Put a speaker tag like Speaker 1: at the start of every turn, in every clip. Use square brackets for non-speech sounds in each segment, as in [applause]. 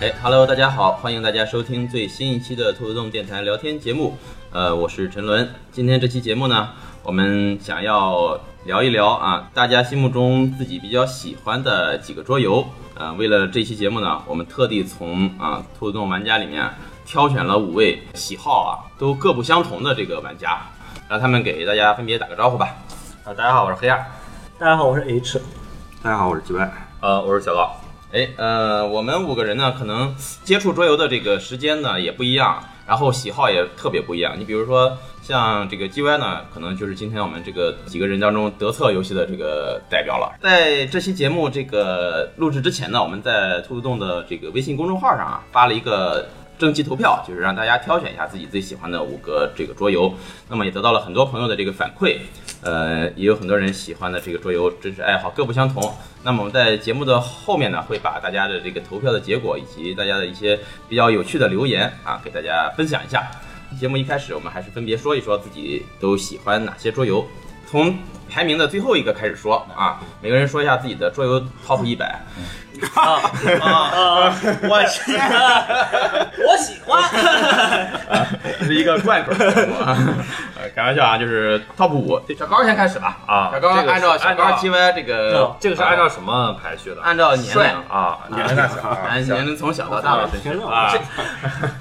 Speaker 1: 哎，Hello，大家好，欢迎大家收听最新一期的兔子洞电台聊天节目。呃，我是陈伦。今天这期节目呢，我们想要聊一聊啊，大家心目中自己比较喜欢的几个桌游。呃，为了这期节目呢，我们特地从啊兔子洞玩家里面挑选了五位喜好啊都各不相同的这个玩家，让他们给大家分别打个招呼吧。啊，大家好，我是黑二。
Speaker 2: 大家好，我是 H。
Speaker 3: 大家好，我是吉外。
Speaker 4: 呃，我是小高。
Speaker 1: 哎，呃，我们五个人呢，可能接触桌游的这个时间呢也不一样，然后喜好也特别不一样。你比如说像这个 G Y 呢，可能就是今天我们这个几个人当中德策游戏的这个代表了。在这期节目这个录制之前呢，我们在兔子洞的这个微信公众号上啊发了一个征集投票，就是让大家挑选一下自己最喜欢的五个这个桌游。那么也得到了很多朋友的这个反馈，呃，也有很多人喜欢的这个桌游真是爱好各不相同。那么我们在节目的后面呢，会把大家的这个投票的结果以及大家的一些比较有趣的留言啊，给大家分享一下。节目一开始，我们还是分别说一说自己都喜欢哪些桌游，从排名的最后一个开始说啊， [laughs] 每个人说一下自己的桌游 top 一百。
Speaker 2: 啊，我喜欢，我喜欢。
Speaker 1: 这 [laughs] 是一个贯口节目啊，呃开玩笑啊，就是 top 五。小高先开始吧
Speaker 4: 啊
Speaker 1: 小高
Speaker 4: 这个是
Speaker 1: 按照啊小高
Speaker 4: 按照
Speaker 1: G Y 这个
Speaker 2: 嗯，
Speaker 4: 这个是按照什么排序的？
Speaker 1: 按照年
Speaker 4: 帅
Speaker 1: 龄
Speaker 4: 啊，年
Speaker 3: 大小
Speaker 1: 啊，年龄从小到哦大的顺序。
Speaker 4: 啊，这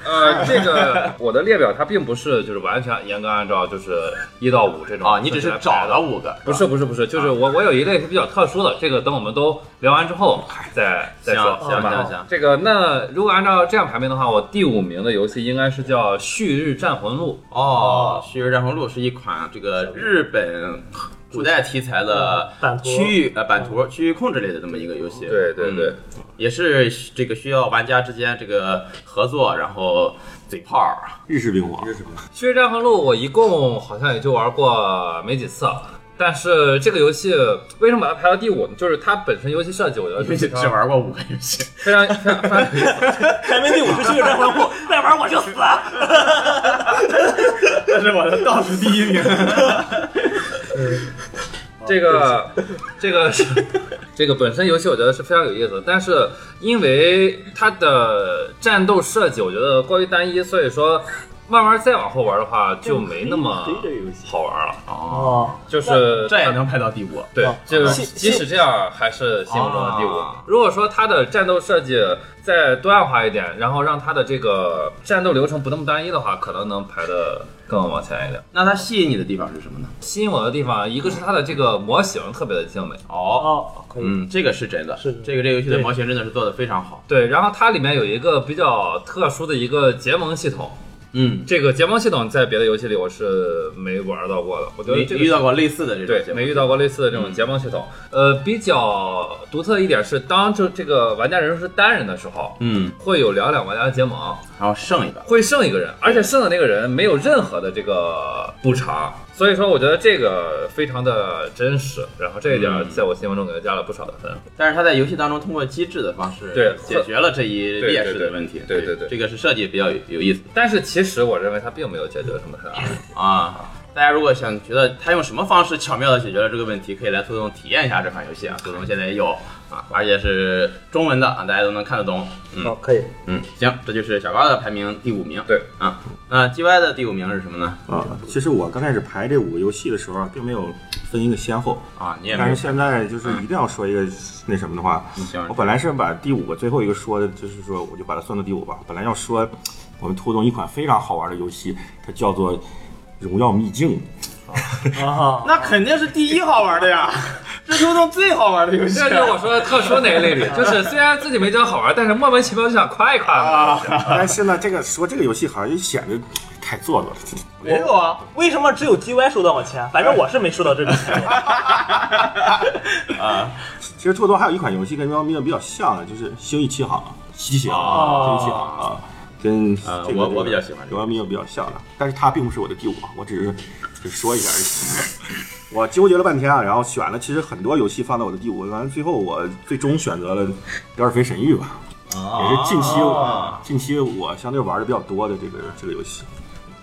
Speaker 4: 呃，这个我的列表它并不是就是完全严格按照就是一到五这种
Speaker 1: 啊，你只是找
Speaker 4: 了
Speaker 1: 了五个，
Speaker 4: 不是不是不是，就是我我有一类是比较特殊的，这个等我们都聊完之后再再
Speaker 1: 行
Speaker 4: 说，
Speaker 1: 行
Speaker 4: 行吧？
Speaker 1: 行行，
Speaker 4: 这个那如果按照这样排名的话，我第五名的游戏应该是叫《旭日战魂录
Speaker 1: 哦，《旭日战魂录》是一款这个日本古代题材的
Speaker 2: 版图
Speaker 1: 区域呃版图、区域控制类的这么一个游戏。》。
Speaker 4: 对对对
Speaker 1: 嗯，也是这个需要玩家之间这个合作，然后嘴炮儿。
Speaker 3: 日式冰火，日式冰火，
Speaker 4: 《旭日战魂录》我一共好像也就玩过没几次，但是这个游戏为什么把它排到第五呢？就是它本身游戏设计，我觉得
Speaker 1: 因为 [laughs]
Speaker 4: 是
Speaker 1: 只
Speaker 4: 非常
Speaker 1: 玩过五个游戏，
Speaker 4: 非常非常非常
Speaker 2: 排名第五是《这个战魂录》，再玩我就死了。
Speaker 1: [laughs] 这是我的倒数第一名。
Speaker 4: 这个这个是这个本身游戏我觉得是非常有意思的，但是因为它的战斗设计我觉得过于单一，所以说慢慢再往后玩的话就没那么好玩了。
Speaker 1: [laughs] 哦，
Speaker 2: [laughs] 哦，
Speaker 4: 就是
Speaker 1: 这也能排到第五。
Speaker 4: 对
Speaker 2: 哦，
Speaker 4: 就是
Speaker 2: 信
Speaker 4: 即使这样，还是心目中的第五
Speaker 1: 啊。
Speaker 4: 如果说它的战斗设计再多样化一点，然后让它的这个战斗流程不那么单一的话，可能能排的更往前一点。
Speaker 1: 那它吸引你的地方是什么呢？
Speaker 4: 吸引我的地方，一个是它的这个模型特别的精美，
Speaker 1: 哦，
Speaker 2: 哦，可以。
Speaker 1: 嗯，这个是真的，
Speaker 2: 是的
Speaker 1: 这个这个游戏的模型真的是做的非常好。
Speaker 4: 对，然后它里面有一个比较特殊的一个结盟系统，
Speaker 1: 嗯，
Speaker 4: 这个结盟系统在别的游戏里我是没玩到过的，我觉
Speaker 1: 没
Speaker 4: 得这个
Speaker 1: 遇到过类似的这种
Speaker 4: 对
Speaker 1: 节目
Speaker 4: 没遇到过类似的这种
Speaker 1: 嗯
Speaker 4: 结盟系统。呃，比较独特一点是，当这这个玩家人数是单人的时候，
Speaker 1: 嗯，
Speaker 4: 会有两两玩家结盟，
Speaker 1: 然后剩一个，
Speaker 4: 会剩一个人，而且剩的那个人没有任何的这个补偿，所以说我觉得这个非常的真实，然后这一点
Speaker 1: 嗯
Speaker 4: 在我心目中给它加了不少的分。
Speaker 1: 但是它在游戏当中通过机制的方式
Speaker 4: 对
Speaker 1: 解决了这一劣势的问题。
Speaker 4: 对对对对对
Speaker 1: 这个是设计比较有有意思
Speaker 4: 但是其实我认为它并没有解决什么太大的问题。
Speaker 1: 啊。大家如果想觉得它用什么方式巧妙的解决了这个问题，可以来兔洞体验一下这款游戏啊。兔洞现在也有啊，而且是中文的啊，大家都能看得懂。嗯
Speaker 2: 哦，可以。
Speaker 1: 嗯，行，这就是小高的排名第五名。
Speaker 4: 对
Speaker 1: 啊，那 G Y 的第五名是什么呢？
Speaker 3: 啊，其实我刚开始排这五个游戏的时候啊，并没有分一个先后，
Speaker 1: 啊，你也
Speaker 3: 但
Speaker 1: 没
Speaker 3: 是现在就是一定要说一个那什么的话，
Speaker 1: 行
Speaker 3: 我本来是把第五个最后一个说的，就是说我就把它算到第五吧。本来要说我们兔洞一款非常好玩的游戏，它叫做《荣耀秘境》，
Speaker 2: 啊，
Speaker 1: 那肯定是第一好玩的呀，这是兔洞最好玩的游
Speaker 4: [laughs] 这就是我说的特殊那一类里，就是虽然自己没觉得好玩，但是莫名其妙就想夸一夸
Speaker 5: 啊
Speaker 4: 嘛。
Speaker 3: 但是呢，这个说这个游戏好像就显得太做作了。
Speaker 1: 没有啊，
Speaker 2: 为什么只有 G Y 收到我钱？反正我是没收到这笔钱。
Speaker 3: 其实兔洞还有一款游戏跟《荣耀秘境》比较像的，啊就是《星际奇航》，西奇航，
Speaker 1: 哦
Speaker 3: 星际奇航啊。跟这
Speaker 1: 啊
Speaker 3: 个、
Speaker 1: 我我比较喜欢这个
Speaker 3: 荣耀秘境比较像的，但是它并不是我的第五啊，我只是只说一下而已。 [laughs] 我纠结了半天啊，然后选了其实很多游戏放在我的第五，完了最后我最终选择了《德尔菲神域》
Speaker 1: 哦
Speaker 3: 吧，也是近期我、近期我相对玩的比较多的这个这个游戏。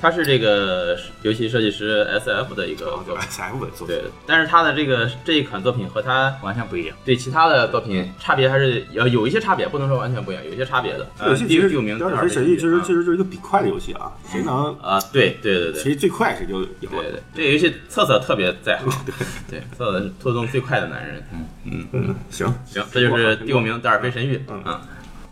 Speaker 1: 他是这个游戏设计师 S F 的一个
Speaker 3: 就
Speaker 1: 作品。
Speaker 3: S F 的作品
Speaker 1: 对，但是他的这个这一款作品和他
Speaker 5: 完全不一样。
Speaker 1: 对其他的作品差别还是有有一些差别，不能说完全不一样，有一些差别的。
Speaker 3: 这游戏
Speaker 1: 呃
Speaker 3: 其
Speaker 1: 第
Speaker 3: 实，
Speaker 1: 第五名，
Speaker 3: 标准
Speaker 1: 第二名
Speaker 3: 飞审议其实
Speaker 1: 啊
Speaker 3: 其实就是一个比快的游戏啊，谁能
Speaker 1: 啊，对对对对。
Speaker 3: 谁最快谁就赢
Speaker 1: 对对
Speaker 3: 了。
Speaker 1: 对，这个游戏策策特别在行， [laughs] 对，策策是拖动最快的男人。嗯嗯，
Speaker 3: 嗯，行，
Speaker 1: 行，这就是第五名《德尔菲神域》
Speaker 3: 嗯
Speaker 1: 啊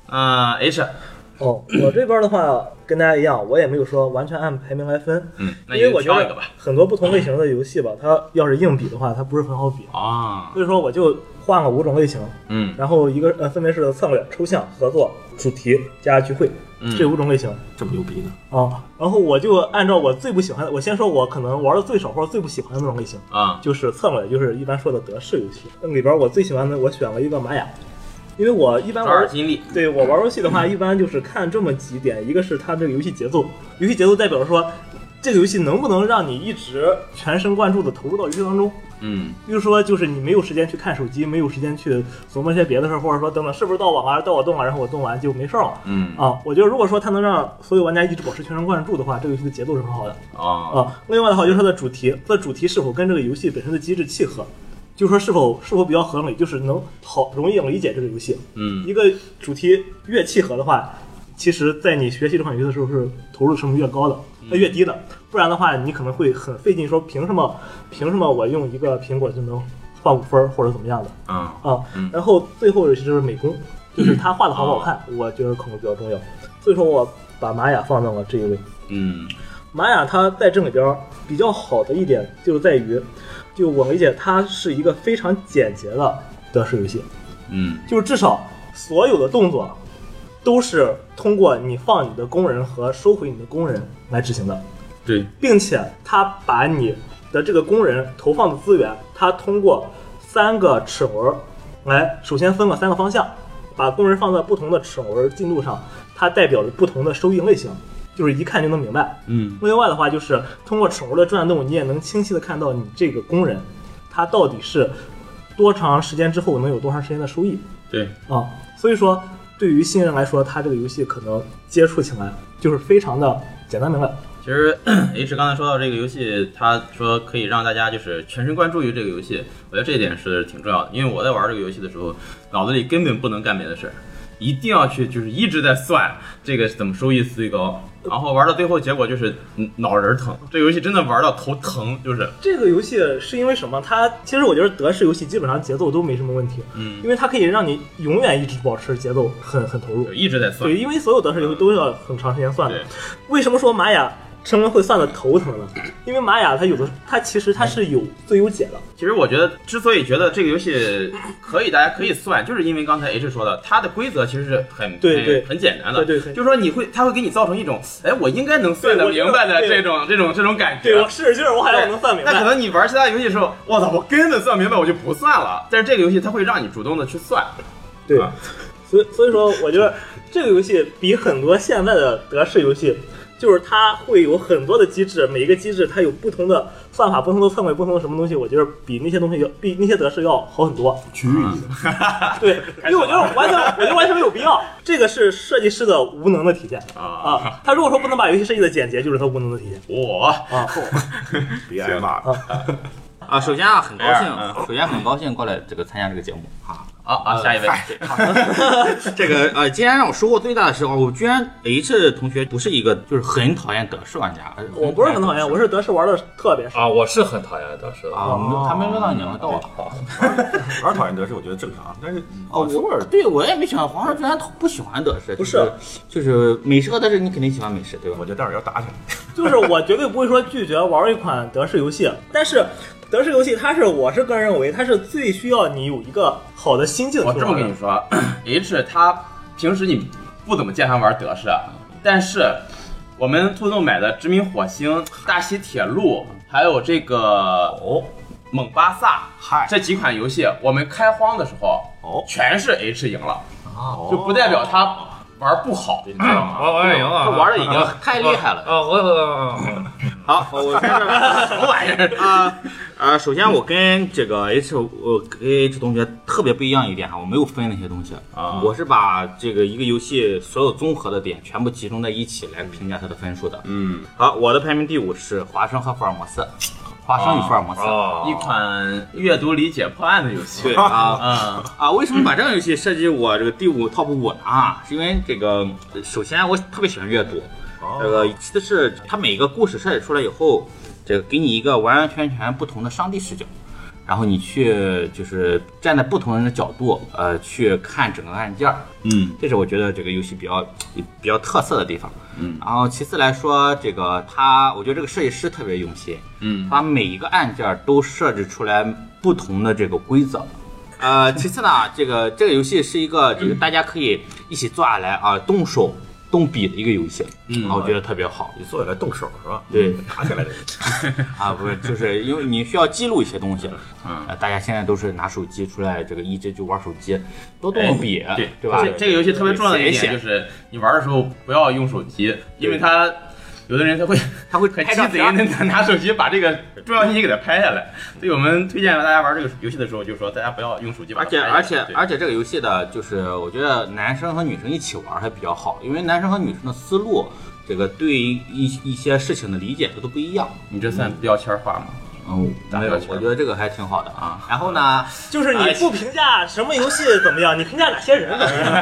Speaker 1: 啊 H，
Speaker 2: [laughs] 哦，我这边的话跟大家一样，我也没有说完全按排名来分，
Speaker 1: 嗯，那
Speaker 2: 因为
Speaker 1: 你
Speaker 2: 我觉
Speaker 1: 挑一个
Speaker 2: 得
Speaker 1: 吧。
Speaker 2: 很多不同类型的游戏 [laughs] 吧，它要是硬比的话，它不是很好比。
Speaker 1: 啊，
Speaker 2: 所以说我就换了五种类型，
Speaker 1: 嗯
Speaker 2: 然后一个呃分别是策略、抽象、合作、主题加聚会
Speaker 1: 嗯
Speaker 2: 这五种类型。
Speaker 3: 这么牛逼呢？
Speaker 2: 啊，然后我就按照我最不喜欢的，我先说我可能玩的最少或者最不喜欢的那种类型，
Speaker 1: 啊，
Speaker 2: 就是策略，就是一般说的德式游戏。那里边我最喜欢的，我选了一个玛雅，因为我一般
Speaker 1: 找
Speaker 2: 玩
Speaker 1: 点金力。
Speaker 2: 对我玩游戏的话，一般就是看这么几点：一个是它这个游戏节奏，游戏节奏代表着说这个游戏能不能让你一直全神贯注的投入到游戏当中。
Speaker 1: 嗯
Speaker 2: 比如说，就是你没有时间去看手机，没有时间去琢磨一些别的事儿，或者说等等是不是到网啊，到我动了，然后我动完就没事儿了。
Speaker 1: 嗯
Speaker 2: 啊，我觉得如果说它能让所有玩家一直保持全神贯注的话，这个游戏的节奏是很好的。
Speaker 1: 啊
Speaker 2: 啊，另外的话就是它的主题，它的主题是否跟这个游戏本身的机制契合，就是说是否是否比较合理，就是能好容易理解这个游戏。
Speaker 1: 嗯
Speaker 2: 一个主题越契合的话，其实在你学习这款游戏的时候是投入成本越高的，那越低的，不然的话你可能会很费劲，说凭什么凭什么我用一个苹果就能换五分儿或者怎么样的
Speaker 1: 啊
Speaker 2: 啊
Speaker 1: 嗯？
Speaker 2: 然后最后就是美工，就是他画的好不好看，我觉得可能比较重要，所以说我把玛雅放到了这一位。
Speaker 1: 嗯
Speaker 2: 玛雅它在这里边儿比较好的一点就在于，就我理解它是一个非常简洁的德式游戏，
Speaker 1: 嗯
Speaker 2: 就是至少所有的动作都是通过你放你的工人和收回你的工人来执行的，
Speaker 1: 对，
Speaker 2: 并且它把你的这个工人投放的资源，它通过三个齿轮来首先分了三个方向，把工人放在不同的齿轮进度上，它代表着不同的收益类型，就是一看就能明白。
Speaker 1: 嗯
Speaker 2: 另外的话就是通过齿轮的转动，你也能清晰的看到你这个工人他到底是多长时间之后能有多长时间的收益
Speaker 1: 对，
Speaker 2: 啊。所以说，对于新人来说，他这个游戏可能接触起来就是非常的简单明了。
Speaker 1: 其实 H 刚才说到这个游戏，他说可以让大家就是全神贯注于这个游戏，我觉得这一点是挺重要的。因为我在玩这个游戏的时候，脑子里根本不能干别的事儿，一定要去就是一直在算这个怎么收益最高，然后玩到最后结果就是嗯脑仁儿疼。这个游戏真的玩到头疼，就是
Speaker 2: 这个游戏是因为什么？它其实我觉得德式游戏基本上节奏都没什么问题，
Speaker 1: 嗯
Speaker 2: 因为它可以让你永远一直保持节奏很很投入
Speaker 1: 就。一直在算
Speaker 2: 对，。因嗯为所有德式游戏都要很长时间算的
Speaker 1: 对。
Speaker 2: 为什么说玛雅成人会算的头疼呢？因为玛雅它有的，它其实它是有最优解的。
Speaker 1: 其实我觉得，之所以觉得这个游戏可以，大家可以算，就是因为刚才 H 说的，它的规则其实是很
Speaker 2: 对
Speaker 1: 很
Speaker 2: 对
Speaker 1: 很简单的，
Speaker 2: 对对对
Speaker 1: 就是说你会，它会给你造成一种，哎，我应该能算得
Speaker 2: 对我觉得
Speaker 1: 明白的
Speaker 2: 对
Speaker 1: 这种这种这种感觉。
Speaker 2: 对我使使劲儿，我好像
Speaker 1: 对
Speaker 2: 我能算明
Speaker 1: 那可
Speaker 2: 白。
Speaker 1: 能你玩其他游戏的时候，我操，我根本算不明白，我就不算了。但是这个游戏它会让你主动的去算，
Speaker 2: 对
Speaker 1: 啊，
Speaker 2: 所以所以说，我觉得这个游戏比很多现在的德式游戏，就是它会有很多的机制，每一个机制它有不同的算法、不同的策略、不同的什么东西，我觉得比那些东西要比那些德式要好很多。
Speaker 1: 嗯
Speaker 3: 区域意的，
Speaker 2: [laughs] 对，因为我觉得完全，我觉得完全没有必要。这个是设计师的无能的体现
Speaker 1: 啊
Speaker 2: 啊！他如果说不能把游戏设计的简洁，就是他无能的体现
Speaker 1: 我
Speaker 2: [laughs] 啊。
Speaker 3: 别挨骂了。
Speaker 5: 啊，首先啊，很高兴
Speaker 1: 这
Speaker 4: 哎
Speaker 1: 样，
Speaker 4: 嗯
Speaker 5: 首先很高兴过来这个参加这个节目啊。
Speaker 1: 啊啊，下一位，
Speaker 5: [laughs] 这个呃，今天让我收获最大的是，哦我居然 H 同学不是一个就是很讨厌德式玩家，呃
Speaker 2: 我不是很讨厌，我是德式玩的特别少。
Speaker 4: 啊，我是很讨厌德式的
Speaker 5: 啊，我们还没轮到你了，到我了。
Speaker 3: 玩讨厌德式，我觉得正常，啊但是
Speaker 5: 哦，
Speaker 3: 奥数尔
Speaker 5: 我对我也没想到黄少居然不喜欢德式，
Speaker 2: 不
Speaker 5: 就是就是美式和德式，你肯定喜欢美式对吧
Speaker 3: 我？觉得待会儿要打起来。
Speaker 2: 就是我绝对不会说拒绝玩一款德式游戏，但是德式游戏它是我是个人认为它是最需要你有一个好的心境去
Speaker 1: 我
Speaker 2: 玩
Speaker 1: 这么跟你说 [clears throat] ，H 他平时你不怎么见他玩德式，但是我们兔兔买的《殖民火星》《大西铁路》，还有这个
Speaker 3: 哦，
Speaker 1: 猛巴萨
Speaker 3: 嗨，
Speaker 1: 这几款游戏，我们开荒的时候
Speaker 3: 哦
Speaker 1: 全是 H 赢了，
Speaker 3: 哦
Speaker 1: 就不代表他玩不好，你知
Speaker 4: 哎
Speaker 1: 道吗？
Speaker 5: 哦
Speaker 4: 玩玩赢了，
Speaker 5: 他啊玩的已经太厉
Speaker 4: [laughs]
Speaker 5: 害了。
Speaker 4: 啊！我我
Speaker 5: 好，哦我开始什么玩意儿啊？呃，首先我跟这个 H 我跟 H 同学特别不一样一点啊哈，我没有分那些东西
Speaker 1: 啊
Speaker 5: 我是把这个一个游戏所有综合的点全部集中在一起来评价它的分数的。
Speaker 3: 嗯，
Speaker 5: 好，我的排名第五是《华生和福尔摩斯》，《华生与福尔摩斯》
Speaker 4: 哦，
Speaker 1: 一款阅读理解破案的游戏。
Speaker 5: 啊。
Speaker 1: 嗯，
Speaker 5: 啊，为什么把这个游戏设计我这个第五 top 五呢？啊，是因为这个，呃首先我特别喜欢阅读，这个其次是它每个故事设计出来以后，这个给你一个完完全全不同的上帝视角，然后你去就是站在不同人的角度，呃，去看整个案件儿，
Speaker 3: 嗯，
Speaker 5: 这是我觉得这个游戏比较比较特色的地方。嗯，然后其次来说，这个它，我觉得这个设计师特别用心，嗯，把每一个按键都设置出来不同的这个规则。呃，其次呢，这个这个游戏是一个就是大家可以一起坐下来啊，动手动笔的一个游戏，嗯，我觉得特别好。
Speaker 3: 你坐下来动手是吧？
Speaker 5: 对
Speaker 3: 打起来这个。
Speaker 5: 啊，不是，就是 [laughs] 因为你需要记录一些东西，嗯，大家现在都是拿手机出来，这个一直就玩手机，多动动笔，
Speaker 1: 哎对
Speaker 5: 对吧
Speaker 1: 这？嗯这个游戏特别重要的一
Speaker 5: 写一
Speaker 1: 点
Speaker 5: 写
Speaker 1: 就是，你玩的时候不要用手机，因为它有的人他会
Speaker 5: [laughs] 他会
Speaker 1: 很
Speaker 5: 拍
Speaker 1: 鸡
Speaker 5: 照
Speaker 1: 贼
Speaker 5: 片儿
Speaker 1: 的拿拿手机把这个 [laughs] 重要信息给它拍下来。所以我们推荐大家玩这个游戏的时候，就说大家不要用手机把
Speaker 5: 而
Speaker 1: 它
Speaker 5: 且
Speaker 1: 拍下来。
Speaker 5: 而且
Speaker 1: 哎对
Speaker 5: 而且这个游戏的，就是我觉得男生和女生一起玩还比较好，因为男生和女生的思路，这个对于一一些事情的理解都不一样。
Speaker 1: 你这算标签化吗？
Speaker 5: 嗯，
Speaker 1: 打
Speaker 5: 没有
Speaker 1: 标，签
Speaker 5: 我觉得这个还挺好的啊。然后呢，
Speaker 2: 就是你不评价什么游戏怎么样，你评价哪些人怎么
Speaker 1: [laughs]
Speaker 2: 样？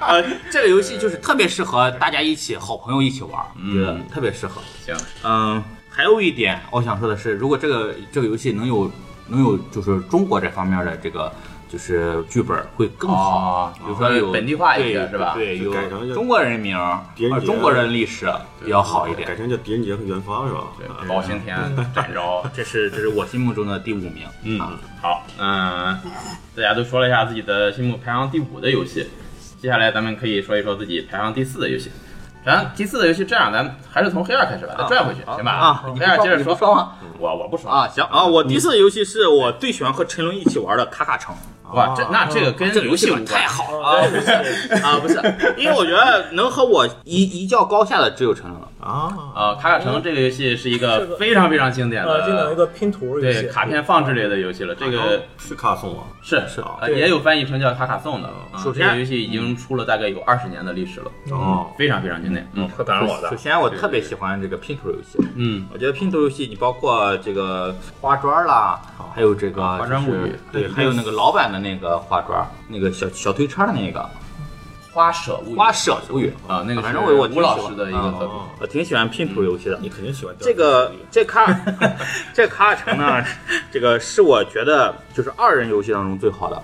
Speaker 5: 呃，这个游戏就是特别适合大家一起好朋友一起玩，我觉得特别适合。
Speaker 1: 行，
Speaker 5: 嗯，还有一点我想说的是，如果这个这个游戏能有能有就是中国这方面的这个就是剧本会更好，
Speaker 1: 哦
Speaker 5: 比如说有
Speaker 1: 本地化一些
Speaker 5: 对
Speaker 1: 是吧
Speaker 5: 对，
Speaker 3: 就改成
Speaker 5: 有
Speaker 3: 就
Speaker 5: 中国人名儿，
Speaker 3: 狄仁
Speaker 5: 呃
Speaker 3: 杰
Speaker 5: 中国人历史比较好一点
Speaker 3: 改。成叫狄仁杰和元芳是吧？
Speaker 1: 对，
Speaker 5: 啊
Speaker 1: 包青天、展昭，
Speaker 5: 这是这是我心目中的第五名。
Speaker 1: 嗯
Speaker 5: 啊，
Speaker 1: 好，嗯，大家都说了一下自己的心目排行第五的游戏，接下来咱们可以说一说自己排行第四的游戏。咱第四的游戏，这样咱还是从黑二开始吧，再拽回去，行吧？
Speaker 5: 啊，你
Speaker 1: 黑二接着
Speaker 5: 不说吗？
Speaker 1: 我我不说
Speaker 5: 啊，行啊，我第四个游戏是我最喜欢和陈龙一起玩的《卡卡城》。
Speaker 1: 哇，这那这个跟
Speaker 5: 啊这个游戏
Speaker 1: 无
Speaker 5: 玩
Speaker 1: 关
Speaker 5: 太好了啊！不是啊，不是，因为我觉得能和我一一较高下的只有陈龙了。
Speaker 3: 啊，
Speaker 1: 啊！卡卡城这个游戏是一
Speaker 2: 是
Speaker 5: 嗯
Speaker 1: 个
Speaker 2: 个
Speaker 1: 非常非常经典
Speaker 5: 啊
Speaker 2: 呃，这种一
Speaker 1: 的。
Speaker 2: 个拼图游
Speaker 1: 对
Speaker 2: 戏，
Speaker 1: 卡片放置类的游戏了，这个
Speaker 3: 是卡颂啊，
Speaker 1: 是
Speaker 3: 是啊
Speaker 1: 呃
Speaker 2: 对
Speaker 1: 也有翻译成叫卡卡颂的。啊
Speaker 5: 首
Speaker 1: 这个
Speaker 5: 先
Speaker 1: 游戏已经出了大概有二十年的历史了，
Speaker 3: 哦，
Speaker 1: 非常非常经典。嗯
Speaker 4: 快赶上我
Speaker 5: 首
Speaker 4: 的，
Speaker 5: 先，我特别喜欢这个拼图游戏。
Speaker 1: 嗯，
Speaker 5: 我觉得拼图游戏，你包括这个花砖啦，还有这个
Speaker 1: 花砖
Speaker 5: 就是
Speaker 1: 物语
Speaker 5: 对，还有那个老板的那个花砖，那个小小推车的那个
Speaker 1: 花舍物语
Speaker 5: 花舍物语，
Speaker 1: 啊，那个
Speaker 5: 反
Speaker 1: 是
Speaker 5: 正我我挺
Speaker 1: 吴
Speaker 5: 喜
Speaker 1: 老
Speaker 5: 欢
Speaker 1: 师的一个
Speaker 5: 啊
Speaker 1: 作品。
Speaker 5: 我挺喜欢拼图游戏的。
Speaker 3: 你肯定喜欢
Speaker 5: 这个这卡 [laughs] 尔这卡尔城 [laughs] 呢，这个是我觉得就是二人游戏当中最好的。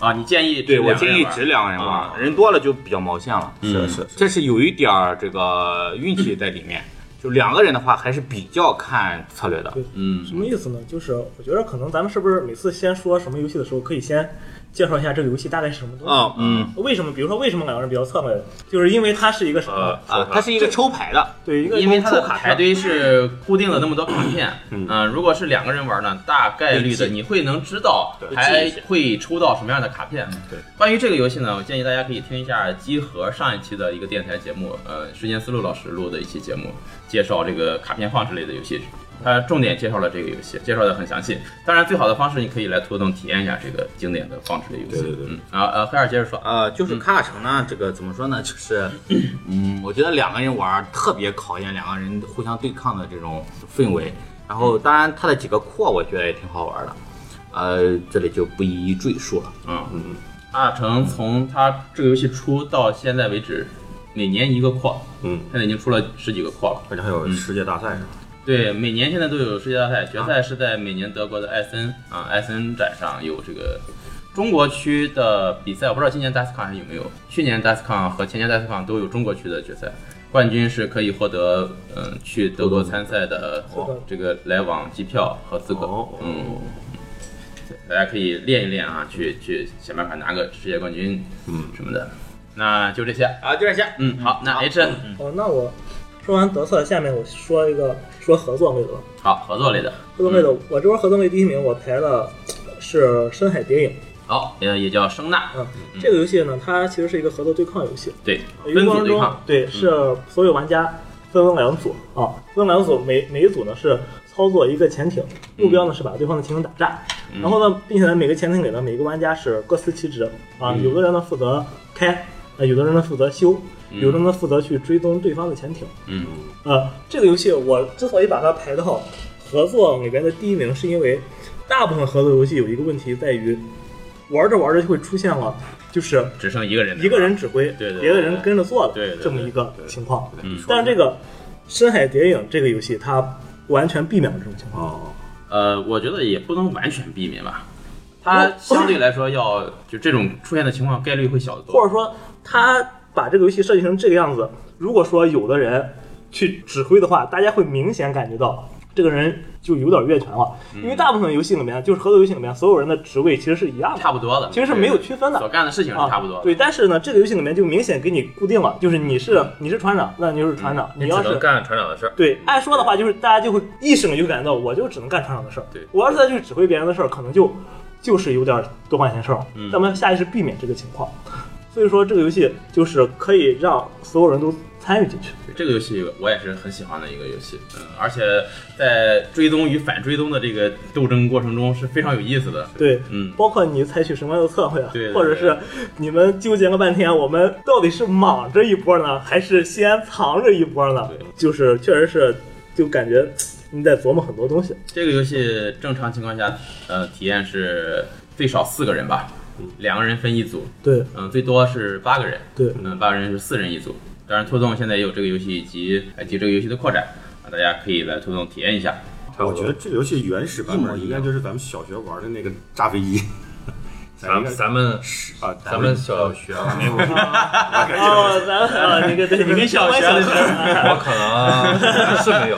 Speaker 1: 啊，你建议
Speaker 5: 对我
Speaker 1: 两个人
Speaker 5: 建议
Speaker 1: 玩
Speaker 5: 只两个人玩，啊嗯人多了就比较毛线了。
Speaker 3: 是是是，
Speaker 5: 这是啊有一点儿这个运气在里面。就两个人的话，还是比较看策略的。
Speaker 1: 嗯
Speaker 2: 什么意思呢？就是我觉得可能咱们是不是每次先说什么游戏的时候，可以先介绍一下这个游戏大概是什么东西？
Speaker 5: 啊，嗯
Speaker 2: 为什么？比如说为什么两个人比较侧面？就是因为它是一个什么？
Speaker 4: 呃
Speaker 5: 啊，它是一个抽牌的，
Speaker 2: 对，一个
Speaker 1: 因为它的
Speaker 2: 抽卡
Speaker 1: 排堆是固定了那么多卡片，嗯、如果是两个人玩呢，大概率的
Speaker 5: 会记
Speaker 1: 你会能知道
Speaker 5: 会
Speaker 1: 还
Speaker 5: 记一些嗯
Speaker 1: 会抽到什么样的卡片。
Speaker 3: 对，
Speaker 1: 关于这个游戏呢，我建议大家可以听一下集合上一期的一个电台节目，呃，时间思路老师录的一期节目，介绍这个卡片放置类的游戏。他重点介绍了这个游戏，介绍的很详细。当然，最好的方式你可以来拖动体验一下这个经典的放置类游戏。
Speaker 3: 对对对
Speaker 1: 嗯，啊呃，黑尔接着说，
Speaker 5: 呃，就是卡卡城呢，这个怎么说呢？就是，嗯，我觉得两个人玩儿特别考验两个人互相对抗的这种氛围。然后，当然它的几个扩，我觉得也挺好玩的，呃，这里就不一一赘述了。
Speaker 1: 嗯嗯，阿成从他这个游戏出到现在为止，每年一个扩。
Speaker 3: 嗯，
Speaker 1: 现在已经出了十几个扩了。
Speaker 3: 而且还有世界大赛啊是吧？
Speaker 1: 对，每年现在都有世界大赛，决赛是在每年德国的艾森啊艾森展上有这个中国区的比赛，我不知道今年 DASCON 还有没有，去年 DASCON 和前年 DASCON 都有中国区的决赛，冠军是可以获得嗯、去德国参赛的呃
Speaker 2: 哦
Speaker 1: 这个来往机票和资格
Speaker 3: 哦，
Speaker 1: 嗯。大家可以练一练啊，去去想办法拿个世界冠军，嗯，什么的。那就这些，
Speaker 5: 啊，就这些。
Speaker 1: 嗯，好，那 H，嗯，
Speaker 2: 哦，那我说完德测，下面我说一个说合作类的吧。
Speaker 1: 好，合作类的，
Speaker 2: 合作类的，我这波合作类第一名，我排的是《深海谍影》。
Speaker 1: 好，呃，也叫声呐，
Speaker 2: 嗯，这个游戏呢，它其实是一个合作对抗游戏。
Speaker 1: 对，
Speaker 2: 游戏
Speaker 1: 分
Speaker 2: 过
Speaker 1: 组
Speaker 2: 程
Speaker 1: 对
Speaker 2: 中
Speaker 1: 抗，，嗯
Speaker 2: 对，是所有玩家分为两组啊，分为两组，每每一组呢是操作一个潜艇，
Speaker 1: 嗯
Speaker 2: 目标呢是把对方的潜艇打炸。然后呢，并且呢，每个潜艇里呢，每个玩家是各司其职啊，
Speaker 1: 嗯
Speaker 2: 有的人呢负责开，呃，有的人呢负责修，有的人呢负责去追踪对方的潜艇。
Speaker 1: 嗯，
Speaker 2: 呃，这个游戏我之所以把它排到合作里边的第一名，是因为大部分合作游戏有一个问题在于，玩着玩着就会出现了，就是
Speaker 1: 只剩一个人，
Speaker 2: 一个人指挥，
Speaker 1: 对对对
Speaker 2: 别的人跟着做的
Speaker 1: 对对对
Speaker 2: 这么一个情况。
Speaker 1: 嗯
Speaker 2: 但是这个《深海谍影》这个游戏，它完全避免了这种情况。
Speaker 3: 哦，
Speaker 1: 呃，我觉得也不能完全避免吧，它相对来说要就这种出现的情况概率会小得
Speaker 2: 或
Speaker 1: 多。
Speaker 2: 者说他把这个游戏设计成这个样子，如果说有的人去指挥的话，大家会明显感觉到这个人就有点越权了，
Speaker 1: 嗯
Speaker 2: 因为大部分游戏里面，就是合作游戏里面，所有人的职位其实是一样的，
Speaker 1: 差不多的，
Speaker 2: 其实是没有区分
Speaker 1: 所
Speaker 2: 的。
Speaker 1: 干的事情是
Speaker 2: 啊，
Speaker 1: 差不多的。
Speaker 2: 对，但是呢，这个游戏里面就明显给你固定了，就是你
Speaker 1: 嗯
Speaker 2: 是你是船长，那你就是船长。
Speaker 4: 嗯你只
Speaker 2: 要
Speaker 4: 能
Speaker 2: 是
Speaker 4: 干船长的事儿。
Speaker 2: 对，按说的话，就是大家就会意识里就感觉到，我就只能干船长的事儿。
Speaker 1: 对
Speaker 2: 我要是再去指挥别人的事儿，可能就就是有点多管闲事儿了。
Speaker 1: 嗯
Speaker 2: 咱们下意识避免这个情况，所以说这个游戏就是可以让所有人都参与进去。
Speaker 1: 这个游戏我也是很喜欢的一个游戏，嗯，而且在追踪与反追踪的这个斗争过程中是非常有意思的。
Speaker 2: 对，
Speaker 1: 嗯
Speaker 2: 包括你采取什么样的策略，
Speaker 1: 对对对
Speaker 2: 或者是你们纠结了半天，我们到底是莽着一波呢，还是先藏着一波呢
Speaker 1: 对？
Speaker 2: 就是确实是，就感觉嗯你得琢磨很多东西。
Speaker 1: 这个游戏正常情况下，呃，体验是最少四个人吧，两个人分一组，
Speaker 2: 对
Speaker 1: 嗯、最多是八个人，
Speaker 2: 对
Speaker 1: 嗯，八个人是四人一组。当然，兔洞现在也有这个游戏以及以及这个游戏的扩展，啊，大家可以来兔洞体验一下。
Speaker 3: 我觉得这个游戏原始版
Speaker 5: 一模
Speaker 3: 本
Speaker 5: 一
Speaker 3: 应
Speaker 5: 样
Speaker 3: 该就是咱们小学玩的那个炸飞机，
Speaker 4: 咱们咱们
Speaker 3: 啊，
Speaker 4: 咱们小学，没有，
Speaker 2: [laughs] [laughs] 哦，咱们啊，那个对， [laughs] 你们小学的时候。
Speaker 4: 我可能是没有。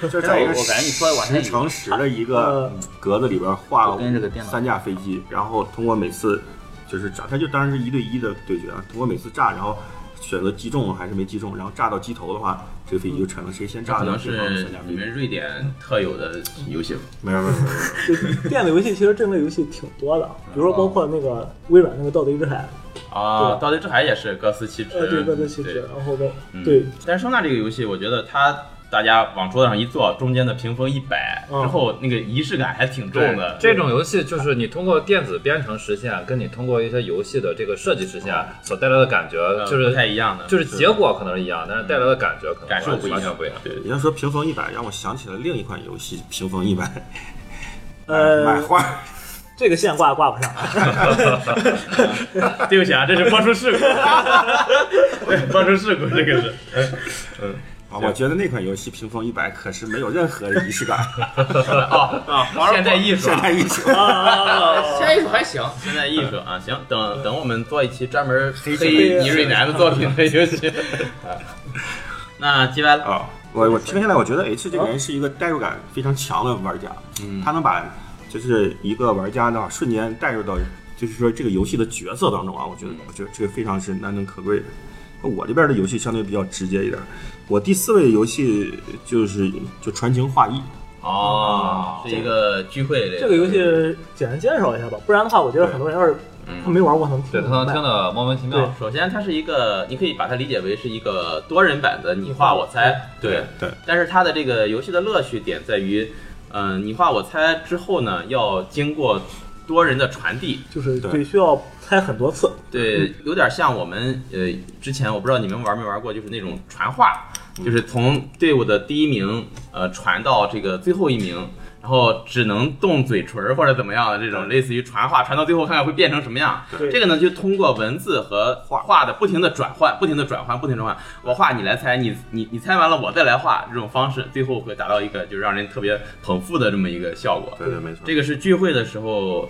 Speaker 3: [laughs] 就是在一个
Speaker 5: 我感觉你说的我还
Speaker 3: 十乘十的一个格子里边画
Speaker 5: 我跟这个电
Speaker 3: 了
Speaker 5: 脑
Speaker 3: 三架飞机，然后通过每次就是炸，它就当然是一对一的对决啊，通过每次炸，然后选择击中还是没击中，然后炸到机头的话，这个飞机就沉了，谁先
Speaker 1: 这
Speaker 3: 炸
Speaker 1: 可
Speaker 3: 到
Speaker 1: 能
Speaker 3: 对方的
Speaker 1: 是
Speaker 3: 三架飞
Speaker 1: 你
Speaker 3: 机
Speaker 1: 们？瑞典特有的游戏吧。
Speaker 3: 没有没有没有没有，
Speaker 2: 就是电子游戏其实这类游戏挺多 [laughs] 的，比如说包括那个微软那个《盗贼之海
Speaker 1: 啊，
Speaker 2: 对
Speaker 1: 盗贼之海也是各司其职，》，
Speaker 2: 呃，对，各自其
Speaker 1: 对
Speaker 2: 职，然后跟
Speaker 1: 嗯
Speaker 2: 对，
Speaker 1: 但是声纳这个游戏，我觉得它大家往桌子上一坐，中间的屏风一摆之
Speaker 2: 嗯
Speaker 1: 后，那个仪式感还挺重
Speaker 4: 对
Speaker 1: 的。
Speaker 4: 这种游戏就是你通过电子编程实现，跟你通过一些游戏的这个设计实现所带来的感觉，
Speaker 1: 呃
Speaker 4: 就
Speaker 1: 不
Speaker 4: 是
Speaker 1: 太一样的，
Speaker 4: 就是结果可能是一样，但是带来的感觉可能
Speaker 1: 感受不一
Speaker 4: 完全
Speaker 1: 样，
Speaker 4: 不一样。
Speaker 1: 对，
Speaker 3: 你要说屏风一百，让我想起了另一款游戏《屏风 [laughs] 一百》， [laughs] 买
Speaker 2: 呃，
Speaker 3: 画儿。
Speaker 2: 这个线挂挂不上， [laughs]
Speaker 1: [laughs] 对不起啊，这是播出事故，对播出事故， [laughs] 这个是。
Speaker 3: 啊，我觉得那款游戏《屏风一百》可是没有任何的仪式感，
Speaker 1: 啊啊，现代艺术啊，
Speaker 3: 现代艺术。
Speaker 2: 哦
Speaker 5: 现在还行，
Speaker 1: 现代艺术啊，行，等等，我们做一期专门黑
Speaker 2: 黑
Speaker 1: 倪瑞南的作品 [laughs] 的游戏。啊那 G Y 了，
Speaker 3: 啊，我我听下来，我觉得 H 这个人是一个代入感非常强的玩家，嗯，他能把就是一个玩家的话瞬间带入到，就是说这个游戏的角色当中啊，我觉得我觉得这个非常是难能可贵的。那我这边的游戏相对比较直接一点，我第四位游戏就是就传情画意，
Speaker 1: 哦，是一个聚会类的
Speaker 2: 这个游戏简单介绍一下吧，不然的话，我觉得很多人要是他没玩过，可能
Speaker 4: 对
Speaker 2: 听
Speaker 4: 他
Speaker 2: 不
Speaker 4: 能
Speaker 2: 明白。
Speaker 4: 听得莫名其妙。
Speaker 1: 首先，它是一个，你可以把它理解为是一个多人版的你画我猜，对
Speaker 3: 对。
Speaker 1: 但是它的这个游戏的乐趣点在于，嗯、你画我猜之后呢，要经过多人的传递，
Speaker 2: 就是
Speaker 3: 对
Speaker 2: 对，需要猜很多次，
Speaker 1: 对，有点像我们呃之前我不知道你们玩没玩过，就是那种传话，就是从队伍的第一名呃传到这个最后一名。然后只能动嘴唇儿或者怎么样的这种类似于传话，传到最后看看会变成什么样。
Speaker 2: 对
Speaker 1: 这个呢，就通过文字和
Speaker 3: 画
Speaker 1: 画的不停的转换，不停的转换，不停地转换。我画你来猜，你你你猜完了我再来画，这种方式最后会达到一个就让人特别捧腹的这么一个效果。
Speaker 3: 对对，没错。
Speaker 1: 这个是聚会的时候，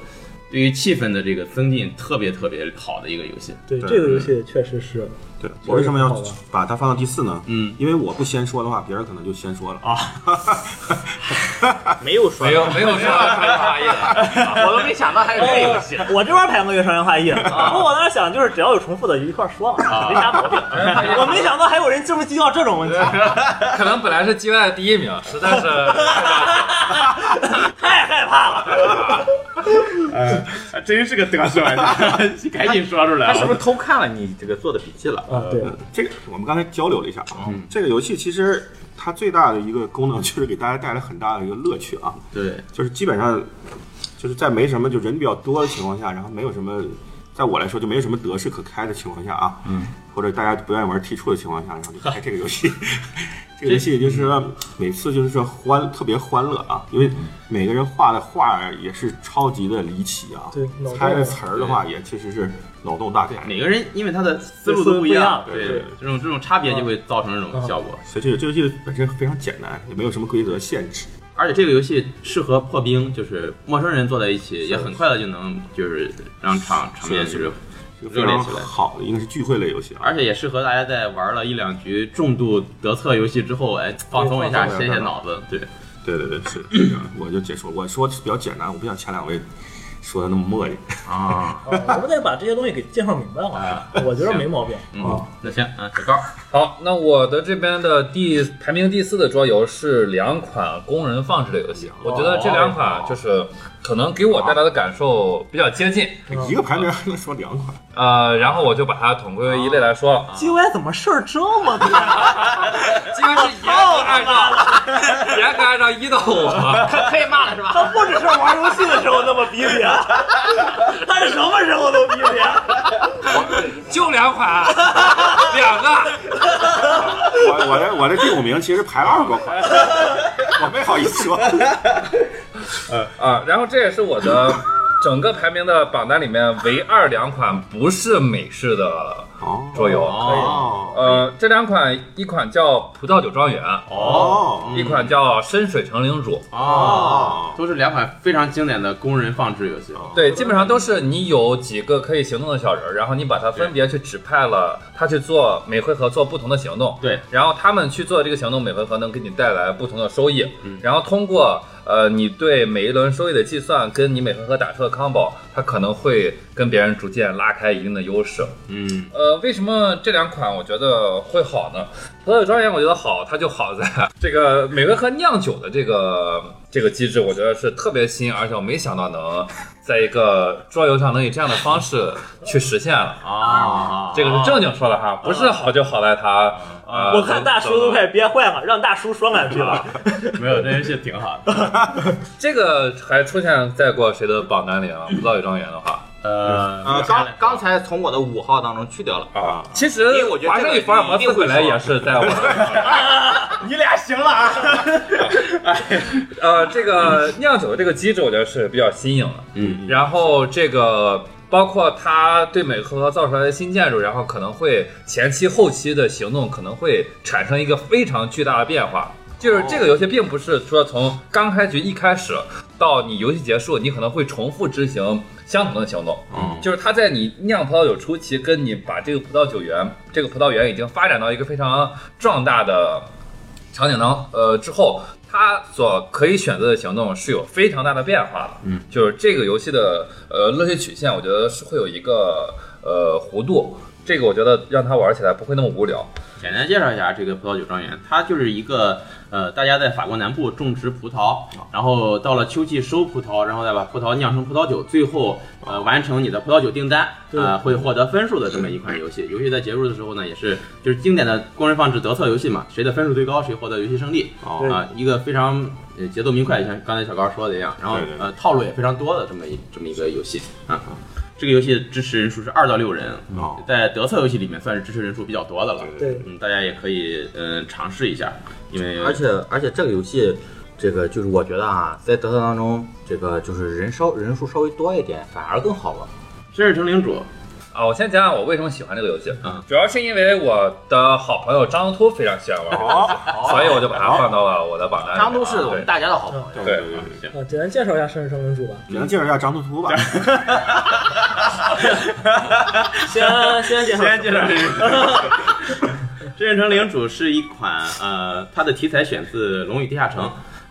Speaker 1: 对于气氛的这个增进特别特别好的一个游戏。
Speaker 2: 对
Speaker 3: 对
Speaker 2: 这个游戏确实是
Speaker 3: 对我为什么要
Speaker 2: 好玩
Speaker 3: 把它放到第四呢？
Speaker 1: 嗯，
Speaker 3: 因为我不先说的话，别人可能就先说了啊。
Speaker 2: 啊没有说
Speaker 4: 没有没有说到传统意的，
Speaker 5: 我都没想到还有这个游戏。啊
Speaker 2: 我这边排过一个双人画意，然后我当时想就是只要有重复的，就一块儿说嘛，没啥毛病。我没想到还有人这么计较这种问题，
Speaker 4: 可能本来是 G Y 的第一名，实在是
Speaker 2: 太害怕了。
Speaker 3: 哎，还真是个嘚瑟
Speaker 1: [laughs]
Speaker 3: 玩家，你赶紧说出来
Speaker 5: 哎他是
Speaker 3: 啊
Speaker 5: 不是偷看了你这个做的笔记了？
Speaker 2: [laughs] 啊，对，
Speaker 3: 嗯这个我们刚才交流了一下啊，这个游戏其实它最大的一个功能就是给大家带来很大的一个乐趣啊，
Speaker 1: 对，
Speaker 3: 就是基本上就是在没什么就人比较多的情况下，然后没有什么，在我来说就没有什么得势可开的情况下啊，嗯，或者大家不愿意玩 T 出的情况下，然后就开这个
Speaker 1: [laughs]
Speaker 3: 游戏。这个游戏就是说每次就是说欢特别欢乐啊，因为
Speaker 1: 嗯
Speaker 3: 每个人画的画也是超级的离奇啊，
Speaker 2: 对脑洞
Speaker 3: 猜的词儿的话也确实是脑洞大开。
Speaker 1: 每个人因为他的思路都不一样，对，这种这种差别就
Speaker 3: 嗯
Speaker 1: 会造成这种效果。
Speaker 3: 所以这个这个游戏本身非常简单，也没有什么规则限制。
Speaker 1: 而且这个游戏适合破冰，就是陌生人坐在一起，也很快的就能就是让场场面就是
Speaker 3: 这个
Speaker 1: 热
Speaker 3: 非
Speaker 1: 烈
Speaker 3: 常
Speaker 1: 起来。
Speaker 3: 好的，应该是聚会类游戏啊。
Speaker 1: 而且也适合大家在玩了一两局重度得策游戏之后，哎，放松一下，
Speaker 3: 放松一
Speaker 1: 歇
Speaker 3: 下
Speaker 1: 歇脑子。对，
Speaker 3: 对对对，是的是这样的。我就解说，我说比较简单，我不像前两位说的那么磨叽。
Speaker 1: 啊，
Speaker 2: 啊我们得把这些东西给介绍明白了，我觉得没毛病。
Speaker 1: 嗯，那行啊，小高，
Speaker 4: 好，那我的这边的第排名第四的桌游是两款工人放置类游戏，我觉得这两款就是可能给我带来的感受比较接近，
Speaker 2: 嗯
Speaker 3: [laughs] 一个排名还能说两款，
Speaker 4: 呃，然后我就把它统归为一类来说了。
Speaker 2: G Y 怎么事儿这么多？
Speaker 4: 既然是严格按照严格按照一到五，
Speaker 5: 可以骂了是吧？
Speaker 2: 他不只是玩游戏的时候那么逼脸，他是什么时候都逼脸。
Speaker 4: 就两款，两个。
Speaker 3: 我我的我的第五名其实排了二十多款， [laughs] 我没好意思说。
Speaker 4: 啊，然后这也是我的整个排名的榜单里面唯二两款不是美式的
Speaker 3: 哦
Speaker 4: 桌游。
Speaker 3: 哦
Speaker 4: 呃，这两款，一款叫《葡萄酒庄园》，
Speaker 3: 哦
Speaker 4: 一款叫《深水城领主》。
Speaker 3: 哦，
Speaker 1: 都是两款非常经典的工人放置游戏。
Speaker 4: 对，基本上都是你有几个可以行动的小人儿，然后你把它分别去指派了，他去做每回合做不同的行动。
Speaker 1: 对，
Speaker 4: 然后他们去做这个行动，每回合能给你带来不同的收益。然后通过呃你对每一轮收益的计算，跟你每回合打出的 combo，它可能会跟别人逐渐拉开一定的优势。
Speaker 1: 嗯，
Speaker 4: 呃，为什么这两款我觉得会好呢？葡萄酒庄园我觉得好，它就好在 [laughs] 这个每回合酿酒的这个这个机制，我觉得是特别新，而且我没想到能在一个桌游上能以这样的方式去实现了。
Speaker 1: 啊，
Speaker 4: 这个是正经说的哈，不是好就好在它。呃
Speaker 2: 我看大叔都快憋坏了，让大叔说两句了。
Speaker 1: 没有，这游戏挺好的。
Speaker 4: 这个还出现在过谁的榜单里啊了？葡萄酒庄园的话，
Speaker 1: [laughs] 呃
Speaker 5: 呃，刚刚才从我的五号当中去掉了。
Speaker 3: 啊，
Speaker 4: 其实
Speaker 5: 为我觉得
Speaker 4: 华盛与福尔摩斯本来也是在我的。
Speaker 5: [laughs] 你俩行
Speaker 4: [laughs]
Speaker 5: 了啊！
Speaker 4: 呃，这个酿酒的这个机制，我觉得是比较新颖的。
Speaker 1: 嗯，
Speaker 4: 然后这个包括它对每个回合造出来的新建筑，然后可能会前期后期的行动可能会产生一个非常巨大的变化。就是这个游戏并不是说从刚开局一开始到你游戏结束，你可能会重复执行相同的行动。
Speaker 1: 嗯
Speaker 4: 就是它在你酿葡萄酒初期，跟你把这个葡萄酒园，这个葡萄园已经发展到一个非常壮大的场景当呃之后，它所可以选择的行动是有非常大的变化的。嗯，就是这个游戏的呃乐趣曲线，我觉得是会有一个呃弧度，这个我觉得让它玩起来不会那么无聊。
Speaker 1: 简单介绍一下这个葡萄酒庄园，它就是一个呃，大家在法国南部种植葡萄，然后到了秋季收葡萄，然后再把葡萄酿成葡萄酒，最后呃完成你的葡萄酒订单，呃会获得分数的这么一款游戏。游戏在结束的时候呢，也是就是经典的工人放置得策游戏嘛，谁的分数最高，谁获得游戏胜利。啊、
Speaker 3: 哦
Speaker 1: 一个非常呃节奏明快，像刚才小高说的一样，然后
Speaker 3: 对对对
Speaker 1: 呃套路也非常多的这么一这么一个游戏啊。这个游戏支持人数是二到六人，
Speaker 3: 哦
Speaker 1: 在得策游戏里面算是支持人数比较多的了。
Speaker 2: 对，
Speaker 1: 嗯，大家也可以嗯尝试一下，因为
Speaker 5: 而且而且这个游戏，这个就是我觉得啊，在德特当中，这个就是人稍人数稍微多一点，反而更好玩。
Speaker 1: 真是成领主
Speaker 4: 啊，我先讲讲我为什么喜欢这个游戏，
Speaker 1: 嗯
Speaker 4: 主要是因为我的好朋友张秃非常喜欢玩这个游戏，
Speaker 3: 哦，
Speaker 4: 所以我就把它放到了我的榜单里面。
Speaker 5: 张都是我们
Speaker 4: 对
Speaker 5: 大家的好朋友。
Speaker 3: 对
Speaker 4: 对
Speaker 3: 对对，
Speaker 1: 行，
Speaker 2: 啊，简单介绍一下《绅士生命主》吧。
Speaker 3: 只能介绍一下张图图吧。
Speaker 2: 嗯先先介绍，
Speaker 1: 先介绍这个。真人城领主是一款呃，它的题材选自《龙与地下城》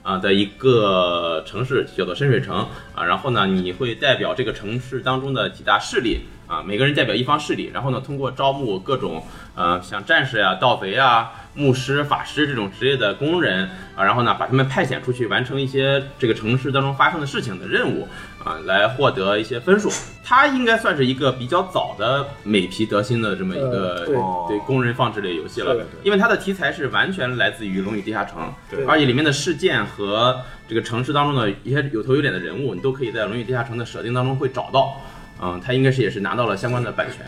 Speaker 1: 啊、的一个城市叫做深水城啊、啊，然后呢，你会代表这个城市当中的几大势力啊，每个人代表一方势力，然后呢，通过招募各种呃像战士呀、盗贼啊、牧师、法师这种职业的工人啊，然后呢，把他们派遣出去完成一些这个城市当中发生的事情的任务啊，来获得一些分数。它应该算是一个比较早的美皮得心的这么一个
Speaker 2: 呃对
Speaker 1: 对工人放置类游戏了
Speaker 2: 是的，
Speaker 1: 因为它的题材是完全来自于《龙与地下城》，
Speaker 2: 对
Speaker 1: 而且里面的事件和这个城市当中的一些有头有脸的人物，你都可以在《龙与地下城》的设定当中会找到。嗯，它应该是也是拿到了相关的版权。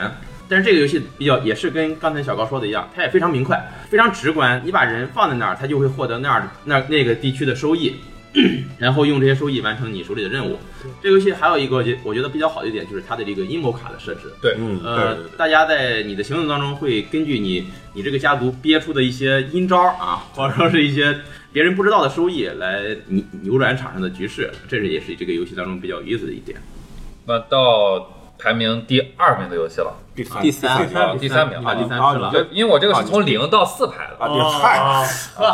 Speaker 1: 但是这个游戏比较也是跟刚才小高说的一样，它也非常明快，非常直观。你把人放在那儿，他就会获得那儿那那个地区的收益，然后用这些收益完成你手里的任务。这个游戏还有一个我觉我觉得比较好的一点就是它的这个阴谋卡的设置。
Speaker 3: 嗯，对
Speaker 1: 呃
Speaker 3: 对，对，
Speaker 1: 大家在你的行动当中会根据你你这个家族憋出的一些阴招啊，或者说是一些别人不知道的收益来扭扭转场上的局势，这是也是这个游戏当中比较有意思的一点。
Speaker 4: 那到排名第二名的游戏了，
Speaker 3: 第三
Speaker 5: 第三
Speaker 3: 名
Speaker 4: 啊，第三名
Speaker 1: 啊，
Speaker 4: 啊，
Speaker 1: 第三
Speaker 3: 啊
Speaker 1: 是了
Speaker 3: 你
Speaker 4: 对，因为我这个是从零到四排的，
Speaker 3: 啊，第嗨
Speaker 2: 啊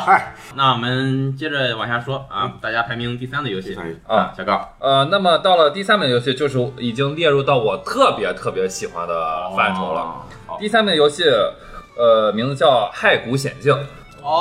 Speaker 3: 嗨，
Speaker 1: 那我们接着往下说啊，大家排名第三的游戏
Speaker 3: 第三名
Speaker 1: 啊，小高，
Speaker 4: 呃，那么到了第三名游戏，就是已经列入到我特别特别喜欢的范畴了。
Speaker 3: 哦
Speaker 1: 好
Speaker 4: 第三名游戏，呃，名字叫《骸骨险境》。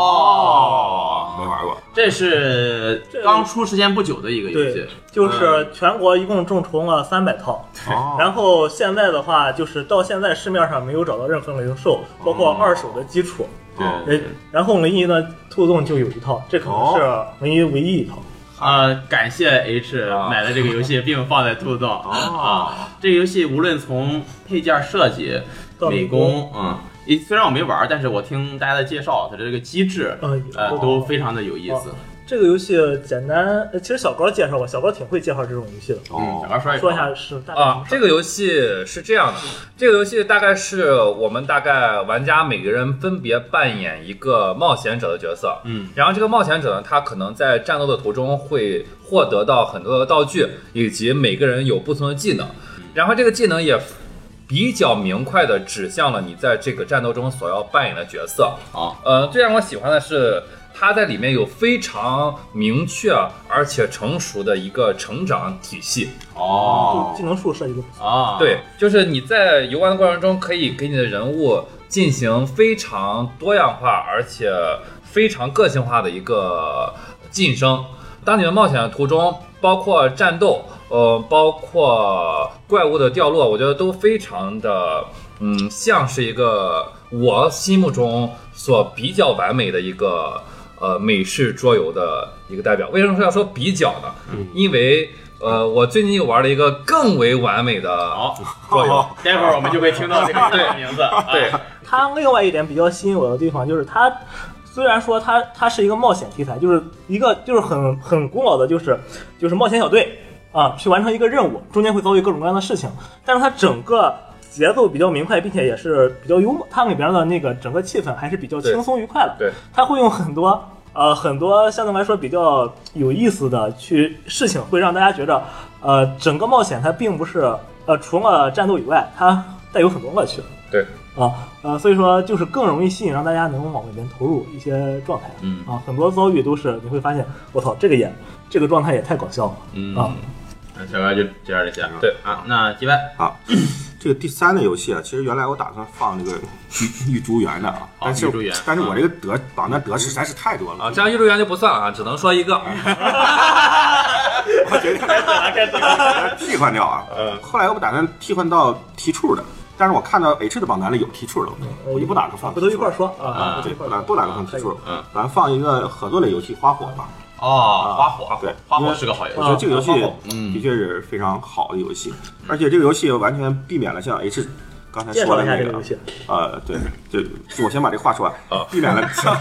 Speaker 1: 哦，
Speaker 3: 没玩过，
Speaker 1: 这是刚出时间不久的一个游戏
Speaker 2: 对， [laughs] 就是全国一共众筹了三百套，
Speaker 3: 哦，
Speaker 2: 然后现在的话，就是到现在市面上没有找到任何零售，包括二手的基础。
Speaker 3: 对
Speaker 2: 呃，然后临沂呢，兔洞就有一套，这可能是临沂唯一一套。
Speaker 1: 呃，感谢 H
Speaker 4: 啊
Speaker 1: 买了这个游戏，并放在兔子洞啊。这个游戏无论从配件设计、
Speaker 2: 到
Speaker 1: 美
Speaker 2: 美
Speaker 1: 工，嗯，一虽然我没玩儿，但是我听大家的介绍，它的这个机制，
Speaker 2: 呃
Speaker 1: 呃，都非常的有意思。
Speaker 2: 这个游戏简单，呃其实小高介绍过，小高挺会介绍这种游戏的。
Speaker 1: 嗯，小
Speaker 3: 哦，
Speaker 1: 高说
Speaker 2: 说一
Speaker 1: 下
Speaker 2: 下是大概什
Speaker 4: 啊
Speaker 2: 么，事
Speaker 4: 这个游戏是这样的，这个游戏大概是我们大概玩家每个人分别扮演一个冒险者的角色，
Speaker 1: 嗯，
Speaker 4: 然后这个冒险者呢，他可能在战斗的途中会获得到很多的道具，以及每个人有不同的技能，然后这个技能也比较明快的指向了你在这个战斗中所要扮演的角色，
Speaker 1: 啊，
Speaker 4: 呃，最让我喜欢的是。它在里面有非常明确而且成熟的一个成长体系，
Speaker 2: 儿
Speaker 1: 哦
Speaker 2: 技能树设计的不错。
Speaker 1: 啊，
Speaker 4: 对，就是你在游玩的过程中，可以给你的人物进行非常多样化，而且非常个性化的一个晋升。当你们冒险的途中，包括战斗，呃，包括怪物的掉落，我觉得都非常的，嗯，像是一个我心目中所比较完美的一个呃美式桌游的一个代表。为什么说要说比较呢？因为呃，我最近又玩了一个更为完美的
Speaker 1: 好，
Speaker 4: 桌游，
Speaker 1: [laughs] 待会儿我们就会听到这个游戏的名字。啊
Speaker 4: 对，
Speaker 2: 它另外一点比较吸引我的地方就是它。虽然说它它是一个冒险题材，就是一个就是很很古老的就是就是冒险小队啊，去完成一个任务，中间会遭遇各种各样的事情，但是它整个节奏比较明快，并且也是比较幽默，它里边的那个整个气氛还是比较轻松愉快的。
Speaker 4: 对，
Speaker 2: 它会用很多呃很多相对来说比较有意思的去事情，会让大家觉得呃整个冒险它并不是呃除了战斗以外，它带有很多乐趣。
Speaker 4: 对，
Speaker 2: 啊，呃，所以说就是更容易吸引让大家能往里面投入一些状态，
Speaker 1: 嗯
Speaker 2: 啊，很多遭遇都是你会发现，我操，这个也这个状态也太搞笑了，
Speaker 1: 嗯
Speaker 2: 啊，
Speaker 1: 那小高就介绍这些。
Speaker 4: 对
Speaker 1: 啊，那几万
Speaker 3: 啊，这个第三的游戏啊，其实原来我打算放这个玉玉珠园的啊，但是
Speaker 1: 玉珠园
Speaker 3: 但是我这个德榜单德式实在是太多了
Speaker 4: 啊，这样幼儿园就不算啊，只能说一个。 [laughs]
Speaker 3: 我决定替换掉啊。
Speaker 1: 嗯
Speaker 3: 后来我不打算替换到 T 处的，但是我看到 H 的榜单里有 T 处
Speaker 2: 嗯
Speaker 3: 的，我就不打算放 T
Speaker 2: 回
Speaker 3: 处了。
Speaker 2: 头一块儿说
Speaker 1: 啊
Speaker 2: 啊，回头
Speaker 3: 对，
Speaker 2: 一块
Speaker 3: 不
Speaker 2: 儿
Speaker 3: 打
Speaker 2: 说
Speaker 3: 不打算放 T 处
Speaker 1: 嗯嗯，
Speaker 3: 咱放一个合作类游戏《花火》吧。
Speaker 1: 哦，花火，
Speaker 3: 对
Speaker 1: 花火是个好游
Speaker 3: 我
Speaker 1: 戏
Speaker 3: 觉得这个游戏
Speaker 2: 啊花火
Speaker 1: 嗯
Speaker 3: 的确是非常好的游戏，而且这个游戏完全避免了像 H 刚才
Speaker 2: 介
Speaker 3: 说
Speaker 2: 绍
Speaker 3: 的
Speaker 2: 一下
Speaker 3: 那
Speaker 2: 这个
Speaker 3: 个
Speaker 2: 游戏，
Speaker 3: 呃，对，就就我先把这话说完，
Speaker 1: 啊
Speaker 3: 避免了像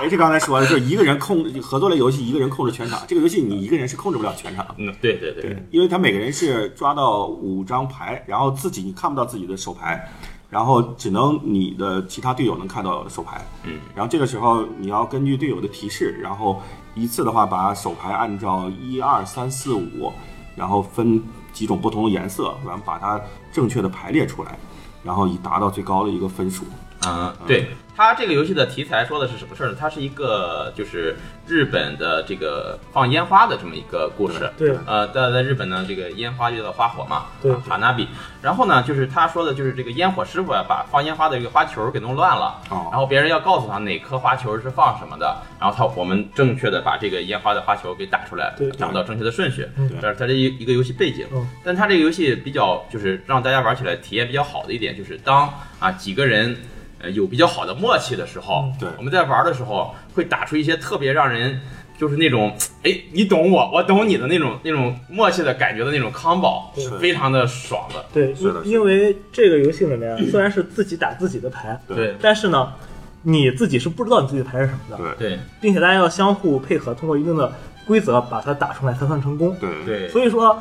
Speaker 3: H 刚才说的，就是一个人控合作类游戏，一个人控制全场。这个游戏你一个人是控制不了全场的，
Speaker 1: 嗯，对对对
Speaker 3: 对，因为他每个人是抓到五张牌，然后自己你看不到自己的手牌，然后只能你的其他队友能看到手牌。
Speaker 1: 嗯，
Speaker 3: 然后这个时候你要根据队友的提示，然后依次的话把手牌按照一二三四五，然后分几种不同的颜色，然后把它正确的排列出来，然后以达到最高的一个分数。
Speaker 1: 嗯，对，它这个游戏的题材说的是什么事儿呢？它是一个就是日本的这个放烟花的这么一个故事。
Speaker 2: 对，
Speaker 1: 呃，在在日本呢，这个烟花就叫花火嘛，
Speaker 2: 对
Speaker 1: 啊哈纳比。然后呢，就是他说的，就是这个烟火师傅啊，把放烟花的这个花球给弄乱了，
Speaker 3: 哦
Speaker 1: 然后别人要告诉他哪颗花球是放什么的，然后他我们正确的把这个烟花的花球给打出来
Speaker 2: 对，
Speaker 1: 找到正确的顺序
Speaker 2: 嗯，
Speaker 1: 这是他这一一个游戏背景
Speaker 2: 嗯。
Speaker 1: 但他这个游戏比较就是让大家玩起来体验比较好的一点，就是当啊几个人。呃，有比较好的默契的时候，
Speaker 2: 嗯
Speaker 3: 对
Speaker 1: 我们在玩的时候会打出一些特别让人就是那种，哎，你懂我，我懂你的那种那种默契的感觉的那种 combo，
Speaker 3: 是
Speaker 1: 非常的爽的。
Speaker 2: 对，
Speaker 3: 是的
Speaker 2: 因因为这个游戏里面虽然是自己打自己的牌，
Speaker 1: 对
Speaker 2: 但是呢，你自己是不知道你自己的牌是什么的，
Speaker 3: 对
Speaker 1: 对
Speaker 2: 并且大家要相互配合，通过一定的规则把它打出来才算成功。
Speaker 3: 对对
Speaker 1: 对
Speaker 2: 所以说，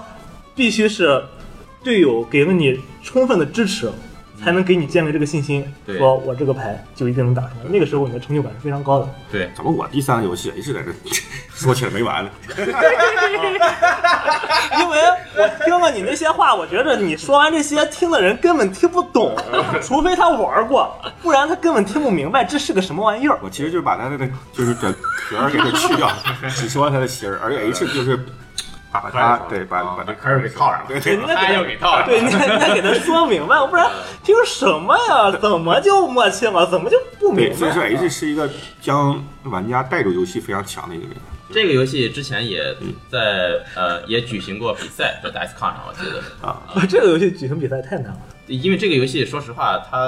Speaker 2: 必须是队友给了你充分的支持，才能给你建立这个信心，
Speaker 1: 对
Speaker 2: 说我这个牌就一定能打出来。那个时候你的成就感是非常
Speaker 3: [laughs]
Speaker 2: 高的。
Speaker 1: 对，
Speaker 3: 怎么我第三个游戏一直在这 [laughs] 说起来没完呢？
Speaker 2: 因为我听了你那些话，我觉得你说完这些，听的人根本听不懂，除非他玩过，不然他根本听不明白这是个什么玩意儿。
Speaker 3: 我其实就是把它那个就是整壳儿给它去掉，只说它的芯儿，而且 H 就是把它对把把这
Speaker 5: 开始给套上了。
Speaker 3: 对
Speaker 2: 对，
Speaker 3: 对
Speaker 2: 你得
Speaker 1: 他
Speaker 2: 给
Speaker 1: 哎又
Speaker 2: 他。
Speaker 1: 给套了。
Speaker 2: 对，你得你得给他说明白，不然听什么呀？怎么就默契了？怎么就不明
Speaker 3: 对，所以说
Speaker 2: 白？
Speaker 3: H 是一个将玩家带入游戏非常强的一个人。
Speaker 1: 这个游戏之前也
Speaker 3: 嗯
Speaker 1: 在呃也举行过比赛，在 DICE 抗上，我记得，
Speaker 2: 啊这个游戏举行比赛太难了，
Speaker 1: 因为这个游戏说实话，它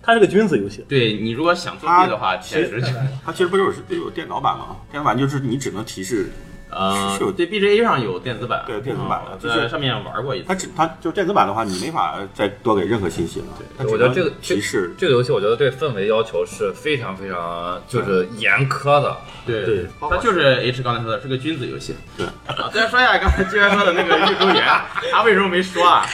Speaker 2: 它是个君子游戏。
Speaker 1: 对你如果想作弊的话，确实就
Speaker 3: 它其实不是有是有电脑版吗？电脑版就是你只能提示，
Speaker 1: 呃
Speaker 3: 是有
Speaker 1: 对 BGA 上有电子版，
Speaker 3: 对电子版
Speaker 1: 嗯我
Speaker 3: 就是
Speaker 1: 在上面玩过一次
Speaker 3: 它。只它就电子版的话，你没法再多给任何信息了。它只
Speaker 4: 我觉得这个
Speaker 3: 能
Speaker 4: 这
Speaker 3: 提示
Speaker 4: 这个游戏，我觉得对氛围要求是非常非常就是严苛的。
Speaker 1: 对
Speaker 2: 对
Speaker 1: 它就是 H 刚才说的是个君子游戏。
Speaker 3: 对
Speaker 1: 啊，再说一下刚才居然说的那个玉州园，他为什么没说啊？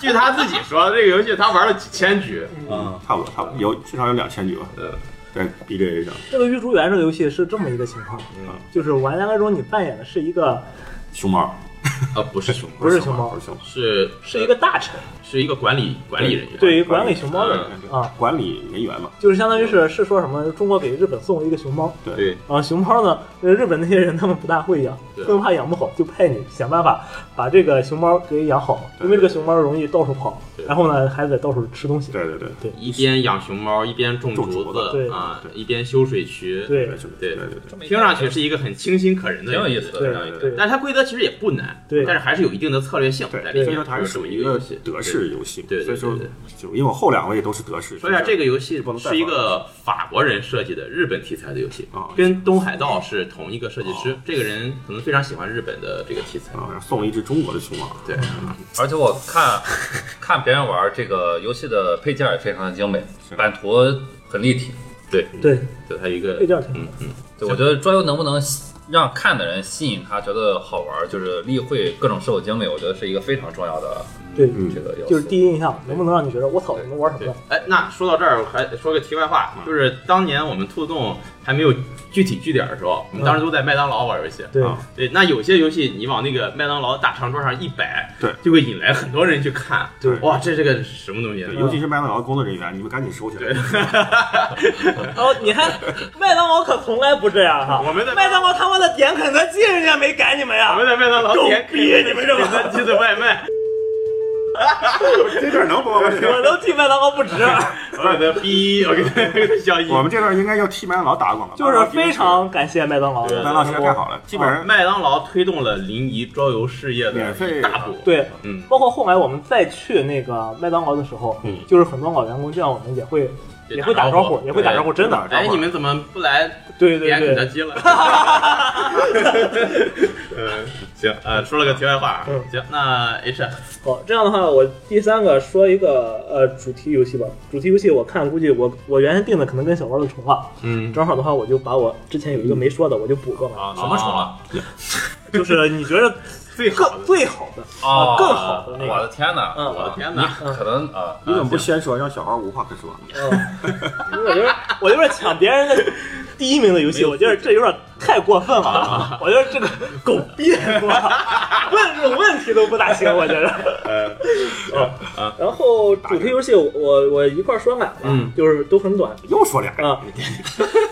Speaker 1: 据他自己说，这个游戏他玩了几千局，
Speaker 3: 嗯，差不多差不多有至少有两千局吧。
Speaker 1: 嗯
Speaker 3: 在 BGA 上，
Speaker 2: 这个《御竹园》这个游戏是这么一个情况，就是玩家当中你扮演的是一个
Speaker 3: 熊猫
Speaker 1: 啊，不是熊
Speaker 2: 不是熊猫
Speaker 3: 呃不，是熊猫，
Speaker 1: 是
Speaker 2: 是一个大臣，
Speaker 1: 是一个管理管理人员，
Speaker 2: 对于管理熊猫的人
Speaker 1: 嗯
Speaker 3: 对
Speaker 2: 啊，
Speaker 3: 管理人员嘛，
Speaker 2: 就是相当于是是说什么中国给日本送了一个熊猫，
Speaker 1: 对
Speaker 2: 啊，熊猫呢，呃日本那些人他们不大会养，
Speaker 1: 对
Speaker 2: 更怕养不好，就派你想办法把这个熊猫给养好，因为这个熊猫容易到处跑，然后呢还得到处吃东西。
Speaker 3: 对对对
Speaker 1: 一边养熊猫一边种
Speaker 3: 种
Speaker 1: 竹
Speaker 3: 竹子
Speaker 1: 子
Speaker 2: 对
Speaker 1: 啊，一边修水渠，
Speaker 2: 对
Speaker 3: 对就
Speaker 1: 对
Speaker 3: 对对对。
Speaker 1: 听上去是一个很清新可人的
Speaker 4: 挺有
Speaker 1: 游戏，
Speaker 4: 意思的
Speaker 2: 对
Speaker 4: 这样一个
Speaker 2: 对
Speaker 1: 但是它规则其实也不难，
Speaker 2: 对
Speaker 1: 但是还是有一定的策略性
Speaker 3: 对
Speaker 1: 在，里
Speaker 3: 所
Speaker 1: 面
Speaker 3: 以说，它是属于一个
Speaker 1: 游戏
Speaker 3: 德式游戏，
Speaker 1: 对对对
Speaker 3: 所以
Speaker 1: 对
Speaker 3: 说就因为我后两位都是德式，
Speaker 1: 说一下
Speaker 3: 所以
Speaker 1: 这个游戏
Speaker 3: 不能再
Speaker 1: 是一个法国人设计的日本题材的游戏
Speaker 3: 啊，哦
Speaker 1: 跟《东海道》是同一个设计师。这个人可能非常喜欢日本的这个题材。
Speaker 3: 啊，然后送了一只中国的熊猫，
Speaker 1: 对，
Speaker 4: 而且我
Speaker 2: [laughs]
Speaker 4: 看看别人玩这个游戏的配件也非常的精美，版图很立体。
Speaker 1: 对，
Speaker 2: 对，
Speaker 1: 就他一
Speaker 3: 哎
Speaker 1: 个
Speaker 2: 配件挺
Speaker 1: 嗯嗯，
Speaker 4: 对，我觉得桌游能不能吸让看的人吸引他觉得好玩，就是例会各种事物精美，我觉得是一个非常重要的
Speaker 2: 对，
Speaker 3: 嗯
Speaker 4: 这个要素。
Speaker 2: 嗯就是第一印象能不能让你觉得我操，你们玩什么
Speaker 1: 对
Speaker 2: 呢？。
Speaker 1: 哎，那说到这儿，我还说个题外话，
Speaker 3: 嗯
Speaker 1: 就是当年我们兔子洞还没有具体据点的时候，我们当时都在麦当劳玩游戏。
Speaker 2: 对
Speaker 3: 啊
Speaker 1: 对，那有些游戏你往那个麦当劳大长桌上一摆，
Speaker 3: 对，
Speaker 1: 就会引来很多人去看。
Speaker 2: 对
Speaker 1: 哇，这是个什么东西？啊
Speaker 3: 对尤其是麦当劳的工作人员，你们赶紧收起来。
Speaker 2: 哦，你看麦当劳可从来不这样哈，
Speaker 1: 我们在
Speaker 2: 麦当劳他妈的点肯德基，人家没改你们呀
Speaker 1: [laughs] 我。们在麦当劳
Speaker 2: 狗
Speaker 1: 点
Speaker 2: 逼你们这
Speaker 1: [laughs] 肯德基的外卖。
Speaker 3: 这段能播吗？
Speaker 1: [laughs]
Speaker 2: 我都替麦当劳不值，
Speaker 1: 我给他逼，我给他给他消音。
Speaker 3: 我们这段应该要替麦当劳打个广告，啊
Speaker 2: 就是非常感谢麦当劳
Speaker 3: 麦
Speaker 2: 的
Speaker 3: 当劳实在太好了，基本上
Speaker 1: 麦当劳推动了临沂桌游事业的
Speaker 3: 免费
Speaker 1: 一大步。，
Speaker 2: 对，
Speaker 1: 嗯，
Speaker 2: 包括后来我们再去那个麦当劳的时候，
Speaker 3: 嗯
Speaker 2: 就是很多老员工见我们也会
Speaker 1: 也
Speaker 2: 也会
Speaker 1: 打
Speaker 2: 打
Speaker 1: 招
Speaker 2: 招
Speaker 1: 呼
Speaker 2: 呼，也会打招呼，真的，
Speaker 3: 啊
Speaker 1: 哎，你们怎么不来
Speaker 2: 对对
Speaker 1: 点肯德
Speaker 2: 对，
Speaker 1: 基了？ [laughs] 嗯，行，呃，说了个题外话啊
Speaker 2: 嗯。
Speaker 1: 行，那 H，
Speaker 2: 好，哦这样的话，我第三个说一个呃主题游戏吧，主题游戏我看估计我我原先定的可能跟小猫的重了，
Speaker 1: 嗯，
Speaker 2: 正好的话我就把我之前有一个没说的我就补过来，
Speaker 1: 啊，
Speaker 4: 什么虫了？
Speaker 2: 就是你觉得
Speaker 1: [laughs] 最好
Speaker 2: 更
Speaker 1: 的？
Speaker 2: 最好的
Speaker 4: 哦，
Speaker 2: 更好的那
Speaker 4: 我
Speaker 2: 个，
Speaker 4: 的天哪！
Speaker 2: 嗯
Speaker 1: 我的天哪！
Speaker 4: 可能啊，
Speaker 3: 你怎么不先说，让小孩无话可说？
Speaker 2: [laughs] 嗯，因为我觉得我有点抢别人的第一名的游戏，我觉得这有点太过分 [laughs] 了，我觉得这个狗逼太 [laughs] 多了，问这种问题都不大行，我觉得。呃啊，然后主题游戏我我我一块儿说两个，
Speaker 1: 嗯
Speaker 2: 就是都很短，
Speaker 3: 又说俩
Speaker 2: 啊，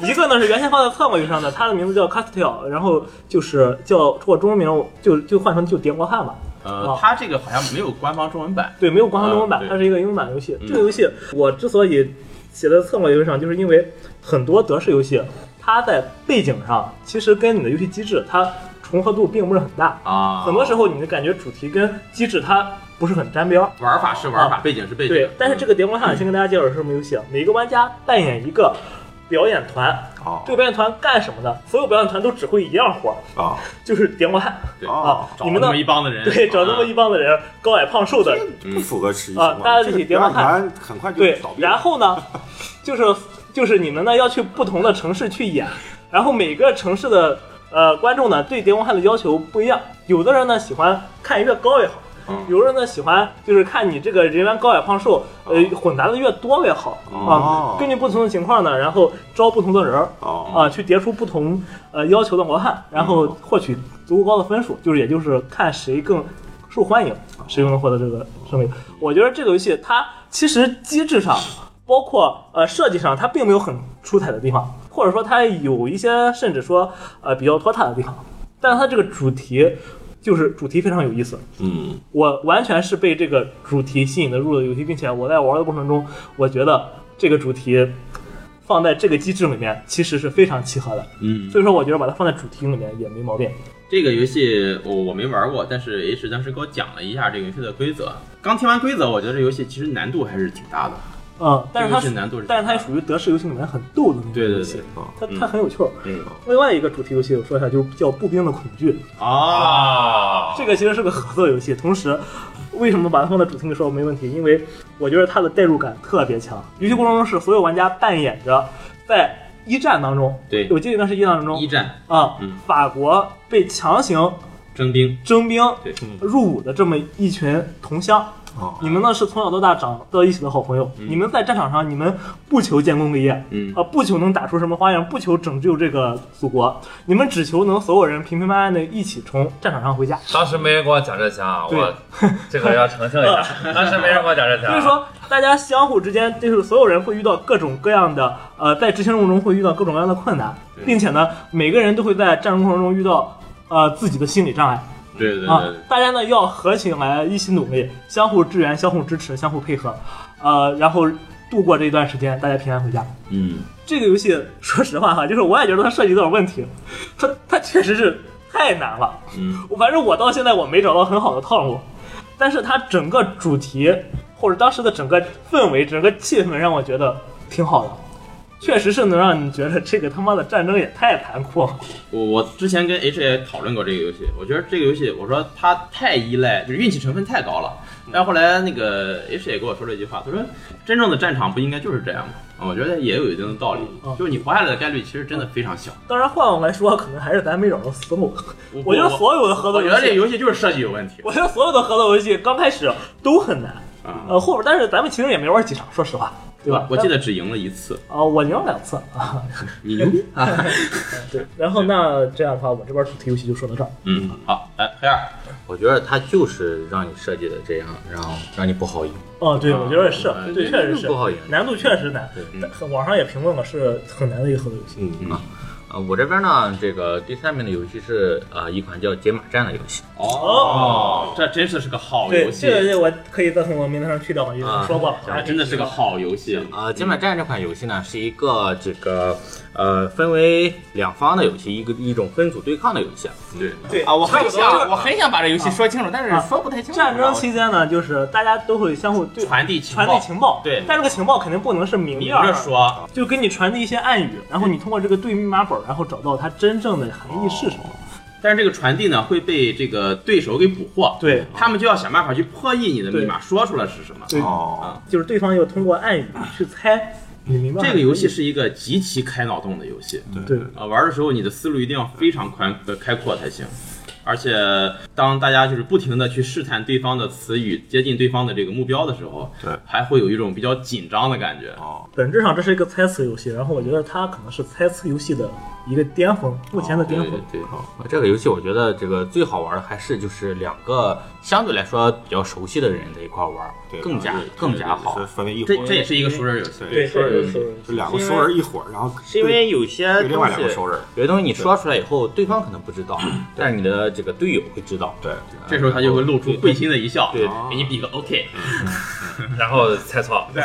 Speaker 2: 一个呢是原先放在侧幕上的，它的名字叫 Castel，然后就是叫或中文名就就换成就叠罗汉吧。
Speaker 1: 呃，它这个好像没有官方中文版，
Speaker 2: 对，没有官方中文版，
Speaker 1: 啊对
Speaker 2: 它是一个英文版游戏。这个游戏我之所以写在侧面游戏上，就是因为很多德式游戏，它在背景上其实跟你的游戏机制它重合度并不是很大，
Speaker 1: 啊，
Speaker 2: 很多时候你就感觉主题跟机制它不是很沾边儿。
Speaker 1: 玩法是玩法，背景是嗯背景。
Speaker 2: 啊对，但是这个《叠魔汉》先跟大家介绍是什么游戏啊？每个玩家扮演一个表演团，
Speaker 3: 哦
Speaker 2: 这个表演团干什么的？所有表演团都只会一样活儿，
Speaker 3: 哦
Speaker 2: 就是叠魔汉
Speaker 1: 对
Speaker 3: 哦
Speaker 2: 啊，！
Speaker 1: 找
Speaker 2: 你
Speaker 1: 那
Speaker 2: 们呢
Speaker 1: 么？一啊帮的人，
Speaker 2: 对，找那么一帮的人，高矮胖瘦的，
Speaker 1: 嗯
Speaker 3: 不符合实际情
Speaker 2: 啊
Speaker 3: 况，
Speaker 2: 大家
Speaker 3: 这
Speaker 2: 一起
Speaker 3: 个
Speaker 2: 叠
Speaker 3: 表
Speaker 2: 完
Speaker 3: 演团很快就
Speaker 2: 对
Speaker 3: 倒，闭了。
Speaker 2: 然后
Speaker 3: [laughs]
Speaker 2: 呢，就是就是你们呢要去不同的城市去演，然后每个城市的呃观众呢对叠魔汉的要求不一样，有的人呢喜欢看越高越好，
Speaker 3: 嗯
Speaker 2: 有的人呢喜欢就是看你这个人员高矮胖瘦，呃混杂的越多越好
Speaker 3: 哦
Speaker 2: 啊，根据不同的情况呢，然后招不同的人儿
Speaker 3: 哦
Speaker 2: 啊，去叠出不同呃要求的罗汉，然后获取足够高的分
Speaker 3: 嗯
Speaker 2: 数，就是也就是看谁更受欢迎，谁就能获得这个胜利。我觉得这个游戏它其实机制上，包括呃设计上，它并没有很出彩的地方，或者说它有一些甚至说呃比较拖沓的地方，但是它这个主题就是主题非常有意思，
Speaker 3: 嗯，
Speaker 2: 我完全是被这个主题吸引的入了游戏，并且我在玩的过程中，我觉得这个主题放在这个机制里面其实是非常契合的，
Speaker 1: 嗯，
Speaker 2: 所以说我觉得把它放在主题里面也没毛病。
Speaker 1: 这个游戏我我没玩过，但是 H 当时给我讲了一下这个游戏的规则。刚听完规则，我觉得这游戏其实难度还是挺大的。
Speaker 2: 嗯，但是它
Speaker 1: 这个游戏难度是
Speaker 2: 但是它也属于德式游戏里面很逗的那种
Speaker 1: 对对
Speaker 2: 游戏
Speaker 1: 对，，
Speaker 3: 哦
Speaker 2: 它
Speaker 1: 嗯
Speaker 2: 它很有趣儿。
Speaker 1: 嗯
Speaker 2: 另外一个主题游戏我说一下，就是叫《步兵的恐惧》，
Speaker 1: 啊，
Speaker 2: 这个其实是个合作游戏，同时。为什么把它放在主题里说没问题？因为我觉得它的代入感特别强。游戏过程中是所有玩家扮演着在一战当中，
Speaker 1: 对
Speaker 2: 我记得那是一战当中
Speaker 1: 一战
Speaker 2: 啊
Speaker 1: 嗯，
Speaker 2: 法国被强行
Speaker 1: 征兵，
Speaker 2: 征兵
Speaker 1: 对，
Speaker 2: 入伍的这么一群同乡。
Speaker 3: 哦
Speaker 2: 你们呢是从小到大长到一起的好朋友，你们在战场上你们不求建功立业，
Speaker 1: 嗯
Speaker 2: 啊，不求能打出什么花样，不求拯救这个祖国，你们只求能所有人平平安安的一起从战场上回家。
Speaker 4: 当时没人跟我讲这些啊，
Speaker 2: 对
Speaker 4: [laughs] 我这个要澄清一 [laughs] 下，当时没人跟我讲这些啊。
Speaker 2: 所以说，大家相互之间就是所有人会遇到各种各样的，呃，在执行任务中会遇到各种各样的困难，并且呢，每个人都会在战争过程中遇到呃自己的心理障碍。
Speaker 1: 对对对
Speaker 2: 啊
Speaker 1: 对，，
Speaker 2: 大家呢要合起来一起努力，相互支援、相互支持、相互配合，呃，然后度过这段时间，大家平安回家。
Speaker 1: 嗯，
Speaker 2: 这个游戏说实话哈，就是我也觉得它设计有点问题，它它确实是太难了。
Speaker 1: 嗯，
Speaker 2: 反正我到现在我没找到很好的套路，但是它整个主题或者当时的整个氛围、整个气氛让我觉得挺好的。确实是能让你觉得这个他妈的战争也太残酷了，
Speaker 1: 我我之前跟 H 也讨论过这个游戏，我觉得这个游戏，我说它太依赖，就是运气成分太高了。
Speaker 2: 嗯
Speaker 1: 但后来那个 H 也跟我说了一句话，他说真正的战场不应该就是这样吗？啊我觉得也有一定的道理
Speaker 2: 嗯，
Speaker 1: 就是你活下来的概率其实真的非常小。
Speaker 2: 当然换我来说，可能还是咱没找到思路。
Speaker 1: 我
Speaker 2: 嗯我觉得所有的合
Speaker 1: 我
Speaker 2: 作
Speaker 1: 觉
Speaker 2: 游
Speaker 1: 得这
Speaker 2: 戏，
Speaker 1: 游戏就是设计有问题
Speaker 2: 我觉得所有的合作游戏刚开始都很难，
Speaker 1: 啊。
Speaker 2: 呃，后边但是咱们其实也没玩几场，说实话，对吧？
Speaker 1: 我记得只赢了一次，
Speaker 2: 啊、我赢了两次啊，
Speaker 1: 你牛
Speaker 2: [laughs]
Speaker 1: 逼啊！
Speaker 2: 对。然后那这样的话，我这边主题游戏就说到这儿。
Speaker 1: 嗯，好，来黑二，
Speaker 5: 我觉得它就是让你设计的这样，然后让你不好赢。
Speaker 2: 哦，
Speaker 1: 啊
Speaker 2: 对，我觉得是，对，确实是
Speaker 5: 不好赢
Speaker 2: 难度确实难。
Speaker 1: 嗯
Speaker 2: 但网上也评论了，是很难的一个合作游戏。
Speaker 3: 嗯嗯
Speaker 5: 呃，我这边呢，这个第三名的游戏是呃一款叫《解码战》的游戏。
Speaker 1: 哦，这真是是个好游
Speaker 2: 对，
Speaker 1: 戏
Speaker 2: 这，个这我可以再从我名单上去掉，已
Speaker 5: 啊
Speaker 2: 经说过了。
Speaker 1: 它真的是个好游戏。
Speaker 5: 呃，《解码战》这款游戏呢，是一个这个呃分为两方的游戏，一个一种分组对抗的游戏。
Speaker 1: 对，
Speaker 2: 对
Speaker 5: 啊，我很想，
Speaker 2: 想
Speaker 5: 我很想把这游
Speaker 2: 啊
Speaker 5: 戏说清楚，但是说不太清楚。
Speaker 2: 战争期间呢，就是大家都会相互对
Speaker 1: 传递情
Speaker 2: 传递
Speaker 1: 报
Speaker 2: 情报，
Speaker 1: 对
Speaker 2: 但这个情啊报肯定不能是明
Speaker 1: 明
Speaker 2: 面儿
Speaker 1: 着
Speaker 2: 上
Speaker 1: 说，
Speaker 2: 就给你传递一些暗语，然后你通过这个对密码本儿，然后找到它真正的含义是什么。
Speaker 1: 但是这个传递呢会被这个对手给捕获，
Speaker 2: 对
Speaker 1: 他们就要想办法去破译你的密码，说出来是什么。
Speaker 2: 对，
Speaker 3: 哦，
Speaker 2: 就是对方要通过暗语去猜，你明白吗？
Speaker 1: 这个游戏是一个极其开脑洞的游戏，
Speaker 2: 对
Speaker 1: 啊，玩的时候你的思路一定要非常宽呃开阔才行。而且，当大家就是不停的去试探对方的词语，接近对方的这个目标的时候，
Speaker 3: 对
Speaker 1: 还会有一种比较紧张的感觉。
Speaker 3: 哦
Speaker 2: 本质上这是一个猜词游戏，然后我觉得它可能是猜词游戏的一个巅峰，目前的巅
Speaker 5: 对
Speaker 2: 峰。
Speaker 5: 对，这个游戏我觉得这个最好玩的还是就是两个相对来说比较熟悉的人在一块玩，
Speaker 3: 对
Speaker 5: 更加
Speaker 3: 对对
Speaker 5: 更加
Speaker 1: 嗯
Speaker 3: 对
Speaker 5: 好
Speaker 3: 是。氛围一伙
Speaker 1: 这
Speaker 3: 儿，
Speaker 1: 这也是一个熟人游戏。
Speaker 3: 对，
Speaker 2: 说
Speaker 4: 是
Speaker 2: 说
Speaker 3: 就两个熟人一伙儿，然后
Speaker 5: 是因为有些
Speaker 3: 对
Speaker 5: 东西，
Speaker 3: 另外两个熟人，
Speaker 5: 有些东西你说出来以后，对方可能不知道，但是你的这个队友会知道。
Speaker 3: 对，
Speaker 1: 这时候他就会露出会心的一笑，
Speaker 5: 对
Speaker 1: 给你比个 OK，
Speaker 4: 嗯然后猜错，
Speaker 1: [laughs]
Speaker 4: [laughs] 呃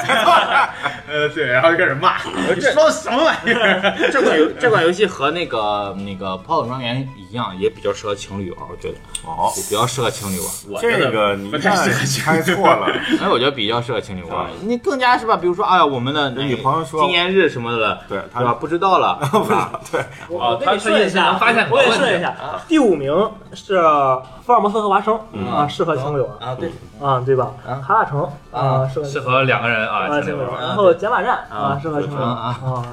Speaker 1: 呃，对，然后就开始骂，你说什么玩意儿？
Speaker 5: 这款游 [laughs] 这款游戏和那个那个《跑跑庄园》一样，也比较适合情侣玩，我觉得
Speaker 3: 哦，
Speaker 5: 比较适合情侣玩。
Speaker 1: 我觉
Speaker 3: 这
Speaker 1: 得
Speaker 3: 个你
Speaker 1: 不
Speaker 3: 看
Speaker 1: 太喜欢
Speaker 3: 猜错了，
Speaker 5: [laughs] 哎，我觉得比较适合情侣玩。你更加是吧？比如说，哎呀，我们的
Speaker 3: 女朋友说
Speaker 5: 纪念日什么的，
Speaker 3: 对
Speaker 5: 是吧？
Speaker 3: 他
Speaker 5: 不知道 [laughs] 了，是吧？
Speaker 2: 我
Speaker 4: 哦
Speaker 2: 我跟
Speaker 4: 他
Speaker 2: 你说
Speaker 4: 他
Speaker 2: 一下啊，
Speaker 4: 能发现很多
Speaker 2: 我也
Speaker 4: 问
Speaker 2: 说
Speaker 4: 题
Speaker 2: 一下，啊第五名是福尔摩斯和华生啊，适合情侣玩
Speaker 1: 啊，对，
Speaker 2: 啊，对吧？哈大城啊，适合
Speaker 4: 适合两个人啊，
Speaker 2: 啊，
Speaker 4: 情
Speaker 2: 情
Speaker 4: 侣
Speaker 2: 侣玩。
Speaker 4: 玩。
Speaker 2: 然后减法战
Speaker 5: 啊
Speaker 2: 啊，适合情侣玩
Speaker 5: 啊
Speaker 2: 啊，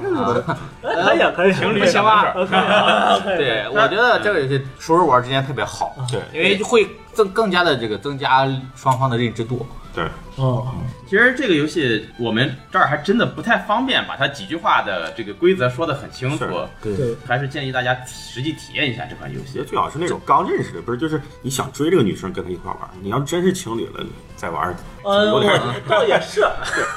Speaker 2: 哎可以啊可以啊，
Speaker 1: 情侣
Speaker 2: 可以啊
Speaker 1: 想办法
Speaker 2: 可以 [laughs] 啊可以啊
Speaker 5: 对，我觉得这个游戏熟人玩之间特别好，
Speaker 3: 对
Speaker 5: 因为会增更加的这个增加双方的认知度。
Speaker 3: 对，
Speaker 2: 嗯，
Speaker 1: 其实这个游戏我们这儿还真的不太方便把它几句话的这个规则说得很清楚
Speaker 3: 是，
Speaker 2: 对，
Speaker 1: 还是建议大家实际体验一下这款游
Speaker 3: 其
Speaker 1: 戏
Speaker 3: 实。最好是那种刚认识的，不是就是你想追这个女生跟她一块玩，你要真是情侣了再玩，
Speaker 2: 嗯，
Speaker 3: 有点
Speaker 2: 我倒也是，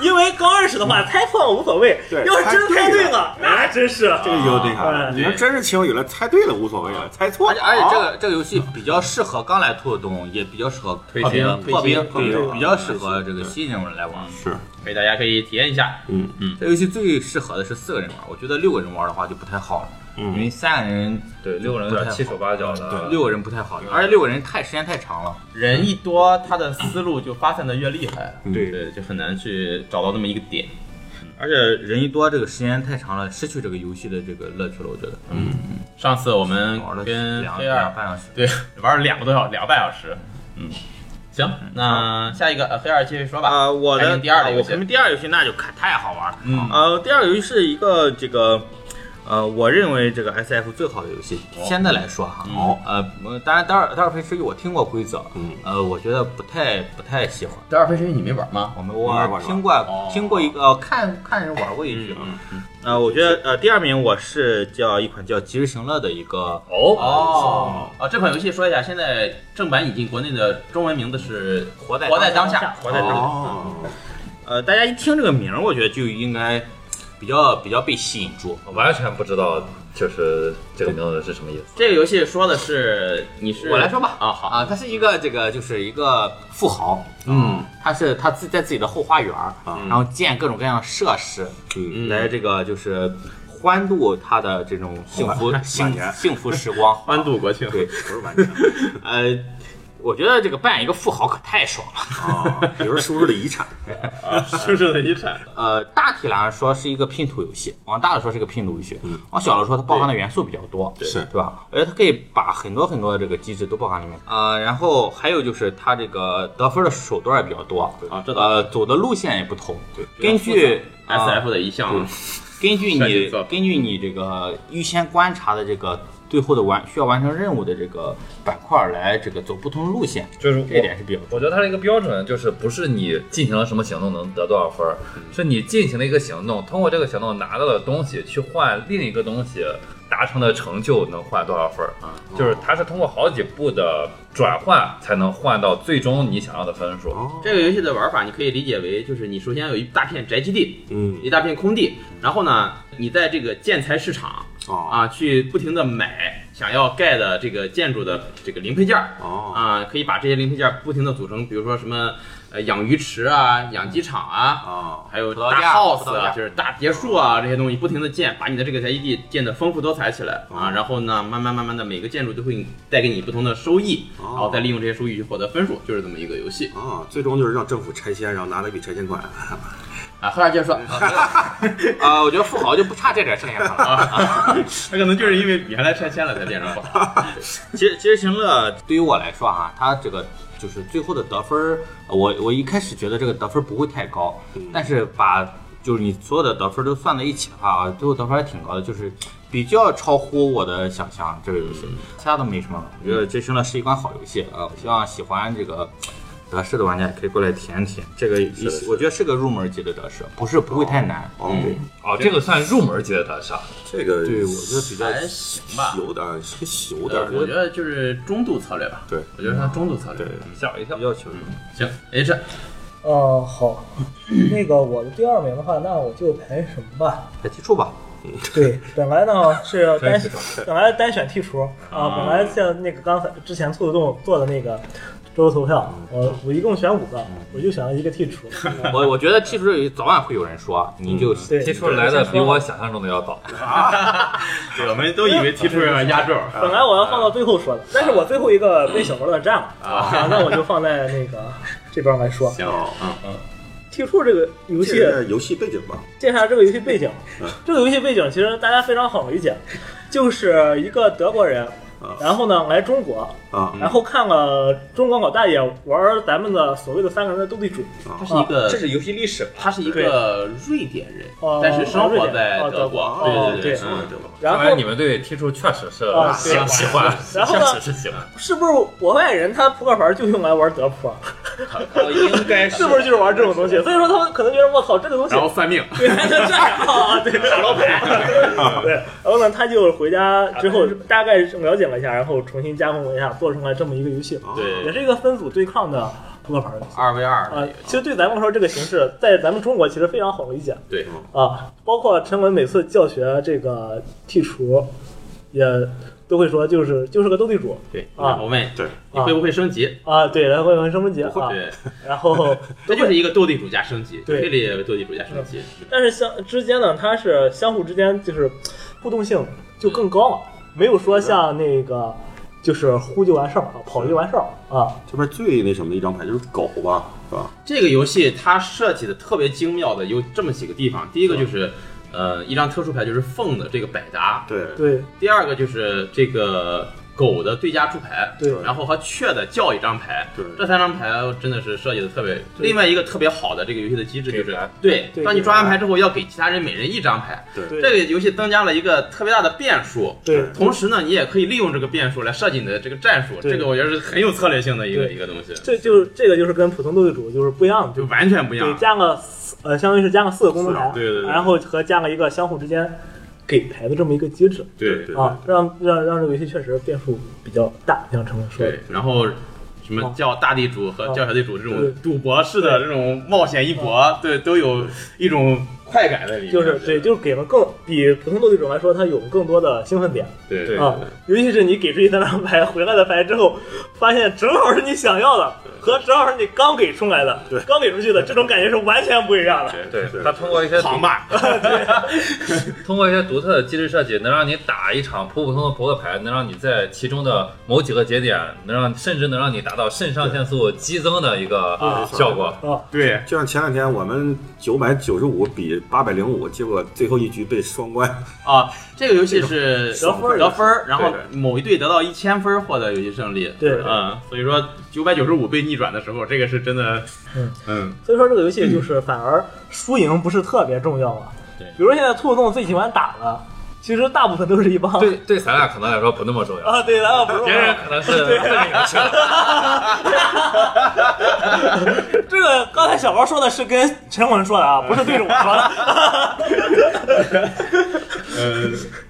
Speaker 2: 因为刚认识的话，猜错了无所谓
Speaker 3: 对，
Speaker 2: 要是真猜对了，那真是
Speaker 3: 这个有那
Speaker 1: 啊
Speaker 3: 啥了。
Speaker 2: 嗯
Speaker 3: 你要真是情侣了，猜对了无所谓了，猜错
Speaker 5: 而
Speaker 3: 了
Speaker 5: 且而且这个这个游戏比较适合刚来兔的动物，也比较适合
Speaker 1: 推
Speaker 5: 破
Speaker 1: 进
Speaker 5: 冰破
Speaker 1: 推
Speaker 5: 冰
Speaker 1: 进，
Speaker 5: 对，
Speaker 3: 对
Speaker 5: 比较适合这个新人来玩。
Speaker 3: 是，
Speaker 1: 所以大家可以体验一下。
Speaker 3: 嗯
Speaker 5: 这游戏最适合的是四个人玩，我觉得六个人玩的话就不太好了，因为
Speaker 3: 嗯，
Speaker 5: 三个人
Speaker 4: 对，六个人有点七手八脚
Speaker 1: 啊
Speaker 4: 的。
Speaker 5: 六个人不太好，而且六个人太时间太长了。
Speaker 1: 人一多，他的思路就发散的越厉害，
Speaker 3: 嗯
Speaker 5: 对
Speaker 4: 嗯
Speaker 1: 对，就很难去找到那么一个点。
Speaker 5: 而且人一多，这个时间太长了，失去这个游戏的这个乐趣了。我觉得
Speaker 1: 上次我们
Speaker 5: 玩了
Speaker 1: 跟
Speaker 5: 两
Speaker 1: 黑
Speaker 5: 两
Speaker 1: 二
Speaker 5: 半小时，
Speaker 1: 对玩了两个多小时，两个半小时。嗯，行，那下一个呃黑二继续说吧。
Speaker 5: 啊，我
Speaker 1: 排
Speaker 5: 的
Speaker 1: 名第呃二的
Speaker 5: 啊
Speaker 1: 游
Speaker 5: 我
Speaker 1: 戏
Speaker 5: 排嗯名第二游戏那就可太好玩了。
Speaker 1: 嗯
Speaker 5: 呃，第二游戏是一个这个，呃，我认为这个 S F 最好的游戏，现在来说哈。
Speaker 1: 嗯
Speaker 3: 哦，
Speaker 5: 呃，呃当然，德尔德尔菲之翼我听过规则，
Speaker 3: 嗯
Speaker 5: 呃，我觉得不太不太喜欢。
Speaker 1: 第二飞车你没玩吗？
Speaker 5: 我们
Speaker 3: 玩过
Speaker 5: 我
Speaker 3: 是吧
Speaker 5: 听过
Speaker 1: 哦
Speaker 5: 听过一个，呃看看人玩过一局。
Speaker 3: 嗯
Speaker 5: 呃，我觉得呃第二名我是叫一款叫《及时行乐》的一个呃
Speaker 4: 哦，
Speaker 1: 哦，啊，这款游戏说一下，现在正版引进国内的中文名字是《
Speaker 5: 活在
Speaker 1: 活在当
Speaker 5: 下
Speaker 1: 下》，
Speaker 5: 活在当下。
Speaker 3: 哦，
Speaker 5: 呃，大家一听这个名儿，我觉得就应该比较比较被吸引住。
Speaker 4: 我完全不知道，就是这个名字是什么意思。
Speaker 1: 这个游戏说的是你是
Speaker 5: 我来说吧
Speaker 1: 啊好
Speaker 5: 啊，他是一个这个就是一个富豪，啊
Speaker 3: 嗯
Speaker 5: 他是他自己在自己的后花园儿，
Speaker 3: 嗯
Speaker 5: 然后建各种各样的设施，
Speaker 3: 嗯，
Speaker 5: 来这个就是欢度他的这种幸
Speaker 1: [laughs]
Speaker 5: 福
Speaker 3: 晚
Speaker 5: 幸
Speaker 3: 年
Speaker 5: 幸福时光。
Speaker 1: 欢度 [laughs] 国庆
Speaker 5: 对，
Speaker 3: 不是完全
Speaker 5: 呃，我觉得这个扮演一个富豪可太爽了。
Speaker 3: 啊， [laughs] 比如叔叔的遗产，
Speaker 1: 叔叔的遗产， [laughs]
Speaker 5: 呃，大体来说是一个拼图游戏，往大了说是个拼图游戏，往小了说它包含的元素比较多，嗯对
Speaker 3: 是
Speaker 5: 对吧？而且它可以把很多很多的这个机制都包含里面。呃，然后还有就是它这个得分的手段也比较多，
Speaker 1: 啊这倒
Speaker 5: 呃，走的路线也不同，对，根
Speaker 1: 比较
Speaker 5: 据
Speaker 1: 复杂
Speaker 5: 呃
Speaker 1: SF 的一项
Speaker 5: 根据
Speaker 1: 设计
Speaker 5: 你
Speaker 1: 策
Speaker 5: 根据你这个预先观察的这个最后的完需要完成任务的这个板块来这个走不同的路线，
Speaker 4: 就是我
Speaker 5: 这一点是比较重要的。
Speaker 4: 我觉得它的一个标准就是不是你进行了什么行动能得多少分儿，是你进行了一个行动，通过这个行动拿到的东西去换另一个东西，达成的成就能换多少分儿。就是它是通过好几步的转换才能换到最终你想要的分数。
Speaker 3: 哦，
Speaker 1: 这个游戏的玩法，你可以理解为就是你首先有一大片宅基地，
Speaker 3: 嗯
Speaker 1: 一大片空地，然后呢，你在这个建材市场
Speaker 3: 哦
Speaker 1: 啊去不停的买想要盖的这个建筑的这个零配件儿
Speaker 3: 哦
Speaker 1: 啊，可以把这些零配件儿不停的组成，比如说什么呃养鱼池啊、养鸡场啊。
Speaker 3: 哦，
Speaker 1: 还有
Speaker 5: 葡萄
Speaker 1: 大
Speaker 5: 架葡
Speaker 1: house
Speaker 5: 萄架
Speaker 1: 啊，就是大别墅啊，这些东西不停的建，把你的这个宅基地建得丰富多彩起来啊。然后呢，慢慢慢慢的，每个建筑都会带给你不同的收益，
Speaker 3: 哦
Speaker 1: 然后再利用这些收益去获得分数，就是这么一个游戏
Speaker 3: 哦，最终就是让政府拆迁，然后拿了一笔拆迁款。
Speaker 1: 啊。赫尔接着说，
Speaker 5: [laughs] 啊、我觉得富豪就不差这点钱了。
Speaker 1: 啊，他可能就是因为原来拆迁了才变成不 [laughs] 好。
Speaker 5: 其实，其实行乐对于我来说哈、它这个就是最后的得分儿，呃我我一开始觉得这个得分儿不会太高，
Speaker 4: 嗯
Speaker 5: 但是把就是你所有的得分儿都算在一起的话，啊最后得分儿还挺高的，就是比较超乎我的想象。
Speaker 4: 嗯
Speaker 5: 这个游戏，其他都没什么了。我觉得《这行乐》是一款好游戏啊，我希望喜欢这个德式的玩家也可以过来填一填。这个一
Speaker 4: 是的
Speaker 5: 我觉得是个入门级的德式，不是不会太难。
Speaker 3: 哦，对，
Speaker 4: 哦，这个算入门级的大厦，
Speaker 3: 这个
Speaker 5: 对，我觉得比较
Speaker 4: 哎
Speaker 1: 还行吧。
Speaker 3: 有点儿是有点
Speaker 1: 呃
Speaker 3: 儿，
Speaker 1: 我觉得就是中度策略吧。
Speaker 3: 对，
Speaker 1: 我觉得它中度策略。
Speaker 3: 对
Speaker 4: 吓我一跳。
Speaker 5: 要求
Speaker 1: 行，H，
Speaker 2: 呃，好，那个我的第二名的话，那我就排什么吧？
Speaker 5: 排剔除吧。
Speaker 2: 对，本来呢是要单本来单选剔除啊，本来像那个刚才之前兔子洞做的那个周投票，我我一共选五个，我就选了一个剔除。
Speaker 5: 我我觉得剔除这早晚会有人说，你就
Speaker 2: 对，
Speaker 4: 提出来的比我想象中的要早，
Speaker 1: 对，我们都以为提出要压轴。 [laughs]
Speaker 2: 本来我要放到最后说的，但是我最后一个被小罗乐占了啊，那我就放在那
Speaker 1: [laughs]
Speaker 2: 个这边来说。
Speaker 1: 行，嗯嗯，
Speaker 2: 剔除这个游戏
Speaker 3: 哦这个游戏背景吧，
Speaker 2: 介绍这个游戏背景。
Speaker 1: 嗯
Speaker 2: 这个游戏背景其实大家非常好理
Speaker 1: [laughs]
Speaker 2: 解，就是一个德国人
Speaker 1: 嗯
Speaker 3: 啊，
Speaker 2: 然后呢来中国，
Speaker 3: 啊，
Speaker 2: 然后看了中国老大爷玩咱们的所谓的三个人的斗地主，
Speaker 1: 他是一个，
Speaker 5: 哦是游戏历史。
Speaker 1: 他是一个瑞典人
Speaker 2: 哦，
Speaker 1: 但是生活在
Speaker 2: 哦
Speaker 1: 德
Speaker 2: 哦
Speaker 1: 国。
Speaker 2: 哦
Speaker 1: 对
Speaker 2: 对
Speaker 1: 对，嗯
Speaker 3: 对吧？
Speaker 2: 然
Speaker 4: 看来
Speaker 2: 后
Speaker 4: 你们对提出确实是
Speaker 2: 啊
Speaker 4: 喜欢喜欢，
Speaker 2: 然后呢
Speaker 4: 确实是喜欢。
Speaker 2: 是不是国外人他扑克牌就用来玩德扑啊？
Speaker 1: 哦应该
Speaker 2: 是不是就是玩这种东 [laughs] 西？所以说他们可能觉得我操这个东西
Speaker 1: 然后算命，
Speaker 2: 对，他就这样啊，对，打老板，对，然后呢，他就回家之后大概了解了一下，然后重新加工了一下，做出来这么一个游戏，
Speaker 1: [laughs] 对
Speaker 2: 也是一个分组对抗的扑克牌游戏。
Speaker 1: 二 v 二
Speaker 2: 啊，其实对咱们说这个形式，在咱们中国其实非常好理解
Speaker 1: 对，
Speaker 2: 啊。包括陈文每次教学这个剔除，也都会说就是就是个斗地主
Speaker 1: 对
Speaker 2: 啊
Speaker 1: 我问你
Speaker 3: 对，
Speaker 1: 你会不会升级？
Speaker 2: 啊，对，然后会有什么节啊，
Speaker 1: 对，
Speaker 2: 然
Speaker 1: [laughs]
Speaker 2: 后
Speaker 1: 这就是一个斗地主加升级，
Speaker 2: 对嗯
Speaker 1: 这里也有斗地主加升级，
Speaker 2: 但是相之间呢，它是相互之间就是互动性就更高了，没有说像那个就是呼就完事儿啊，跑就完事儿啊。
Speaker 3: 这边最那什么的一张牌就是狗吧，啊是吧？
Speaker 1: 这个游戏它设计的特别精妙的有这么几个地方，第一个就是，呃，一张特殊牌就是凤的这个百搭，
Speaker 3: 对，
Speaker 2: 对
Speaker 1: 第二个就是这个狗的对家出牌，
Speaker 2: 对
Speaker 1: 然后和雀的叫一张牌，
Speaker 3: 对
Speaker 1: 这三张牌真的是设计的特别。另外一个特别好的这个游戏的机制就
Speaker 4: 给
Speaker 1: 是
Speaker 4: 牌，
Speaker 1: 对，
Speaker 2: 对
Speaker 1: 当你抓完牌之后要给其他人每人一张牌，
Speaker 3: 对
Speaker 1: 这个游戏增加了一个特别大的变数。
Speaker 2: 对
Speaker 1: 同时呢，你也可以利用这个变数来设计你的这个战术，
Speaker 2: 对
Speaker 1: 这个我觉得是很有策略性的一个
Speaker 2: 对
Speaker 1: 一个东西，
Speaker 2: 这就是这个就是跟普通斗地主就是不一样的，
Speaker 1: 就完全不一
Speaker 2: 对，
Speaker 1: 样。
Speaker 2: 加了四呃，相当于是加了四个功能牌，
Speaker 1: 对对对
Speaker 2: 然后和加了一个相互之间给牌的这么一个机制
Speaker 1: 对
Speaker 3: 对
Speaker 2: 啊，让让让这个游戏确实变数比较大，像陈文说的
Speaker 1: 对，，然后。什么叫大地主和
Speaker 2: 啊
Speaker 1: 叫小地主这
Speaker 2: 哦对
Speaker 1: 种赌博式的这种冒险一搏，对，都有一种快感在里面。
Speaker 2: 就是对，就是给了更比普通斗地主来说，它有更多的兴奋点。
Speaker 1: 对
Speaker 4: 对
Speaker 2: 啊，尤其是你给出去三张牌，回来的牌之后，发现正好是你想要的，和正好是你刚给出来的、刚给出去的，这种感觉是完全不一样的。
Speaker 4: 对他通过一些
Speaker 1: 扛吧，
Speaker 4: 通过一些独特的机制设计，能让你打一场普普通通的扑克牌，能让你在其中的某几个节点，能让甚至能让你达到肾上腺素激增的一个
Speaker 2: 啊
Speaker 4: 效果。
Speaker 2: 啊，
Speaker 1: 对，
Speaker 3: 就像前两天我们九百九十五比八百零五，结果最后一局被双关，
Speaker 1: 啊，这个游戏是
Speaker 2: 得分儿
Speaker 1: 得分儿，然后
Speaker 3: 对对
Speaker 1: 某一队得到一千分儿获得游戏胜利。
Speaker 2: 对
Speaker 1: 嗯，所以说九百九十五被逆转的时候，这个是真的
Speaker 2: 嗯，
Speaker 1: 嗯，
Speaker 2: 所以说这个游戏就是反而输赢不是特别重要了。
Speaker 1: 对
Speaker 2: 比如说现在兔子洞最喜欢打的，其实大部分都是一帮
Speaker 4: 对对，咱俩可能来说不那么重要，
Speaker 2: [laughs] 啊，对，然后不是
Speaker 4: 别人可能是更有趣。
Speaker 2: 这个刚才小王说的是跟陈文说的啊，不是对着我说的。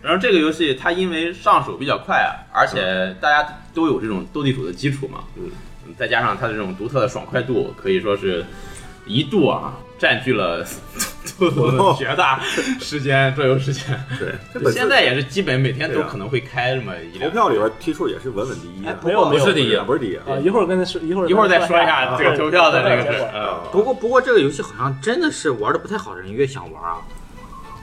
Speaker 1: 然后这个游戏它因为上手比较快，啊而且大家都有这种斗地主的基础嘛，
Speaker 3: 嗯，
Speaker 1: 再加上它的这种独特的爽快度，可以说是一度啊占据了兔子的绝大时间桌游时间。
Speaker 3: 对， [laughs] 这本
Speaker 1: 现
Speaker 3: 次
Speaker 1: 在也是基本每天都
Speaker 3: 对啊
Speaker 1: 可能会开这么一
Speaker 3: 投
Speaker 1: 两
Speaker 3: 票里边剔数也是稳稳第一
Speaker 2: 哎
Speaker 3: 啊，
Speaker 2: 没有没有
Speaker 4: 不是第一，
Speaker 3: 不是第一啊
Speaker 2: 啊，一会儿跟他说，一会儿
Speaker 1: 一会儿再说一
Speaker 2: 啊
Speaker 1: 下这个投票的这个
Speaker 2: 结
Speaker 1: 事
Speaker 2: 果
Speaker 1: 儿。嗯
Speaker 5: 不过不过这个游戏好像真的是玩的不太好的人越想玩
Speaker 3: [laughs]
Speaker 5: 啊。
Speaker 3: 哎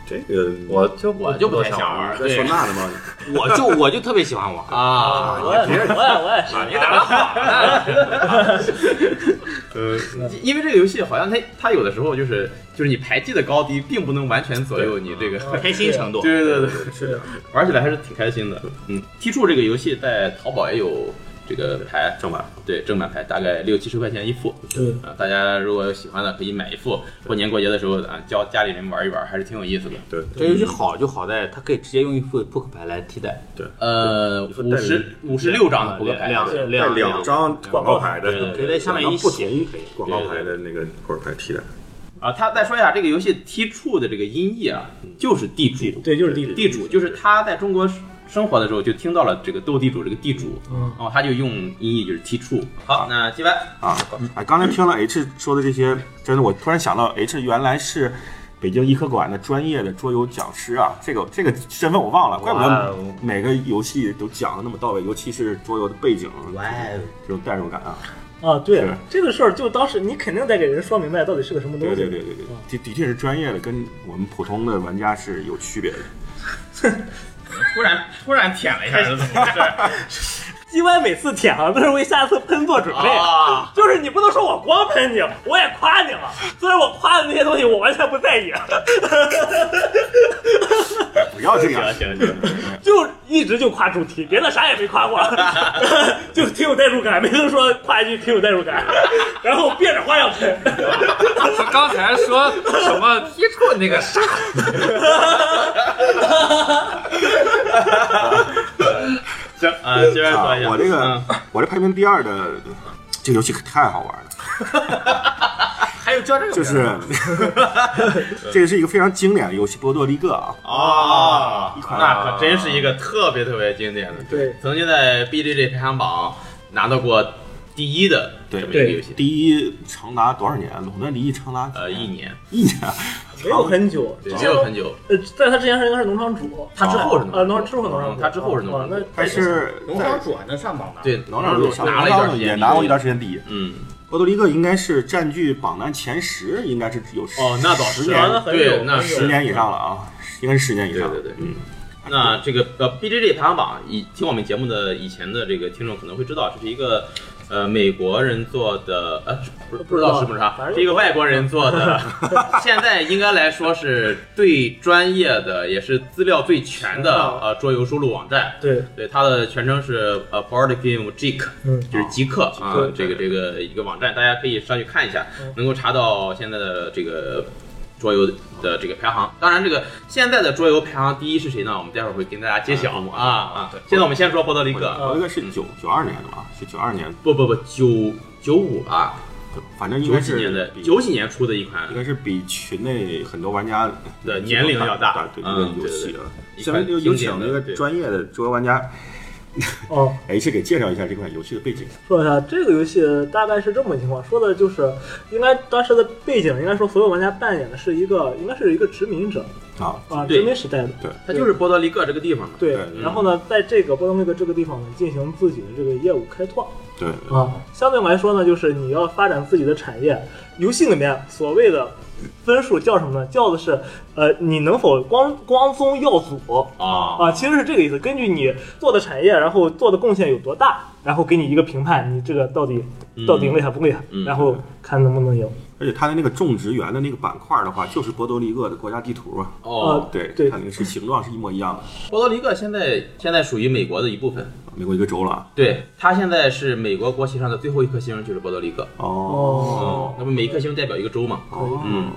Speaker 3: 这个
Speaker 4: 我就
Speaker 1: 嗯我就不太想玩儿，
Speaker 3: 在
Speaker 1: 对
Speaker 3: 说那的吗？
Speaker 5: 我就我就特别喜欢玩。
Speaker 1: 啊。
Speaker 2: 我也我也我也是，
Speaker 4: 你打得好呢，
Speaker 1: 啊 [laughs] 因为这个游戏好像它它有的时候就是就是你牌技的高低，并不能完全左右你这个。
Speaker 2: 嗯
Speaker 5: 开心程度，
Speaker 1: 对对对对，
Speaker 3: 是的，
Speaker 1: 玩起来还是挺开心的。嗯，T 处这个游戏在淘宝也有这个牌，
Speaker 3: 正版。
Speaker 1: 对正版牌大概六七十块钱一副。
Speaker 2: 对，
Speaker 1: 啊，大家如果有喜欢的可以买一副，过年过节的时候啊，教家里人玩一玩，还是挺有意思的。
Speaker 3: 对，
Speaker 5: 这游戏好就好在它可以直接用一副扑克牌来替代，
Speaker 1: 呃，
Speaker 3: 副
Speaker 1: 五十五十六张的扑克牌，
Speaker 5: 两
Speaker 1: 对
Speaker 5: 两
Speaker 3: 两张广告牌
Speaker 1: 对对
Speaker 3: 的，
Speaker 1: 对
Speaker 5: 可以在上面一
Speaker 3: 不
Speaker 5: 写，
Speaker 3: 同广告牌的那个扑克牌替代。
Speaker 1: 啊。他再说一下这个游戏踢触的这个音译啊，就是地主，
Speaker 2: 对，就是地主。
Speaker 1: 地主就是他在中国生活的时候就听到了这个斗地主这个地主，然后他就用音译就是踢触。嗯好，那击败
Speaker 3: 啊，哎，刚才听了 H 说的这些，真的，我突然想到，H 原来是北京医科馆的专业的桌游讲师啊，这个这个身份我忘了，怪不
Speaker 5: 哇
Speaker 3: 得
Speaker 5: 哦
Speaker 3: 每个游戏都讲的那么到位，尤其是桌游的背景，这种代入感啊，
Speaker 2: 啊，对
Speaker 3: 是
Speaker 2: 这个事儿，就当时你肯定得给人说明白到底是个什么东
Speaker 3: 对
Speaker 2: 西。
Speaker 3: 对对对对，这的确是专业的，跟我们普通的玩家是有区别的。
Speaker 1: 突然突然舔了一下，是怎么回事？
Speaker 2: 鸡歪每次舔啊，都是为下次喷做准备。
Speaker 1: 啊
Speaker 2: 就是你不能说我光喷你，我也夸你了。虽然我夸的那些东西我完全不在意， [laughs]
Speaker 3: 不要这样，
Speaker 1: 行行行，
Speaker 2: 就一直就夸主题，别的啥也没夸过， [laughs] 就挺有代入感。每次说夸一句挺有代入感， [laughs] 然后变着花样喷。
Speaker 4: 他 [laughs] 刚才说什么踢出那个啥？
Speaker 1: 行啊，接着说一下。
Speaker 3: 啊我这个
Speaker 1: 嗯
Speaker 3: 我这排名第二的这个游戏可太好玩了。
Speaker 1: [laughs] 还有叫这个
Speaker 3: 就是
Speaker 1: [laughs]
Speaker 3: 这个是一个非常经典的游戏《波多黎各》啊，
Speaker 1: 啊，
Speaker 3: 款
Speaker 1: 哦那可真是一个特别特别经典的，
Speaker 2: [laughs] 对，
Speaker 1: 曾经在 BGG 排行榜拿到过第一的这
Speaker 3: 对
Speaker 1: 么一个游戏，
Speaker 3: 第一长达多少年？垄断第一长达
Speaker 1: 呃，一年，
Speaker 3: 一年，
Speaker 2: 没有很久，
Speaker 1: 对，没有很久。
Speaker 2: 呃，在他之前是应该是农场主，
Speaker 1: 他之后是
Speaker 2: 呃，
Speaker 1: 能
Speaker 2: 农场之后农场主，
Speaker 1: 他之后是能
Speaker 2: 啊那
Speaker 3: 但是
Speaker 5: 农场主还能上榜吗？
Speaker 1: 对，
Speaker 3: 能
Speaker 1: 能
Speaker 3: 让
Speaker 1: 拿了一段时间，
Speaker 3: 也拿过一段时间第一。
Speaker 1: 嗯，
Speaker 3: 波多黎各应该是占据榜单前十，应该是有十
Speaker 1: 哦，那倒
Speaker 3: 十
Speaker 1: 是，
Speaker 3: 年
Speaker 2: 那很有
Speaker 1: 对，那
Speaker 2: 很有
Speaker 1: 是
Speaker 3: 十年以上了啊，应该是十年以
Speaker 1: 对
Speaker 3: 上。
Speaker 1: 对对，
Speaker 3: 嗯，
Speaker 1: 那这个呃 BGG 排行榜，以听我们节目的以前的这个听众可能会知道，这是一个呃美国人做的，呃不是不知道是不是
Speaker 2: 反
Speaker 1: 啊，
Speaker 2: 正
Speaker 1: 是一个外国人做 [laughs] 的，现在应该来说是最专业的，也是资料最全的呃桌游收录网站。
Speaker 2: 对
Speaker 1: 对，它的全称是呃 Board Game Geek，
Speaker 2: 嗯
Speaker 1: 就是极客啊
Speaker 2: 对，
Speaker 1: 这个这个一个网站，大家可以上去看一下，
Speaker 3: 嗯
Speaker 1: 能够查到现在的这个桌游的这个排行。当然，这个现在的桌游排行第一是谁呢？我们待会儿会跟大家揭晓啊啊！现在我们先说波多黎
Speaker 3: 嗯波
Speaker 1: 各，
Speaker 3: 多黎各是九九二年的吧？是九二年，
Speaker 1: 不不不，九九五啊，
Speaker 3: 反正应
Speaker 1: 九
Speaker 3: 该
Speaker 1: 几
Speaker 3: 是
Speaker 1: 年的
Speaker 3: 比
Speaker 1: 九几年出的一款
Speaker 3: 应该是比群内很多玩家
Speaker 1: 的年龄要大
Speaker 3: 对这个
Speaker 1: 嗯
Speaker 3: 游
Speaker 1: 对
Speaker 3: 戏啊。
Speaker 1: 对对
Speaker 3: 下面就有请
Speaker 1: 一款经典的
Speaker 3: 那个
Speaker 1: 对
Speaker 3: 专业的桌游玩家
Speaker 2: 哦，
Speaker 3: H 给介绍一下这款游戏的背景。
Speaker 2: 说一下这个游戏大概是这么个情况，说的就是应该当时的背景，应该说所有玩家扮演的是一个，应该是一个殖民者
Speaker 3: 啊，
Speaker 2: 啊，
Speaker 1: 对
Speaker 2: 殖民时代的，
Speaker 1: 它就是波多黎各这个地方嘛。
Speaker 2: 对
Speaker 3: 对嗯。
Speaker 2: 然后呢，在这个波多黎各这个地方呢，进行自己的这个业务开拓
Speaker 3: 对，
Speaker 2: 啊。相对来说呢，就是你要发展自己的产业。游戏里面所谓的分数叫什么呢？叫的是呃，你能否光光宗耀祖
Speaker 1: 啊，
Speaker 2: 啊？其实是这个意思，根据你做的产业，然后做的贡献有多大，然后给你一个评判，你这个到底到底厉害不厉害，
Speaker 1: 嗯
Speaker 2: 然后看能不能赢。
Speaker 3: 而且它的那个种植园的那个板块的话，就是波多黎各的国家地图啊。
Speaker 1: 哦
Speaker 2: 啊，
Speaker 3: 对，
Speaker 2: 对
Speaker 3: 它那个是形状是一模一样的，
Speaker 1: 波多黎各现在现在属于美国的一部分。
Speaker 3: 美国一个州了啊。
Speaker 1: 对，它现在是美国国旗上的最后一颗星，就是波多黎各。
Speaker 2: 哦
Speaker 1: 哦，那不每一颗星代表一个州嘛？
Speaker 3: 哦，
Speaker 1: 嗯，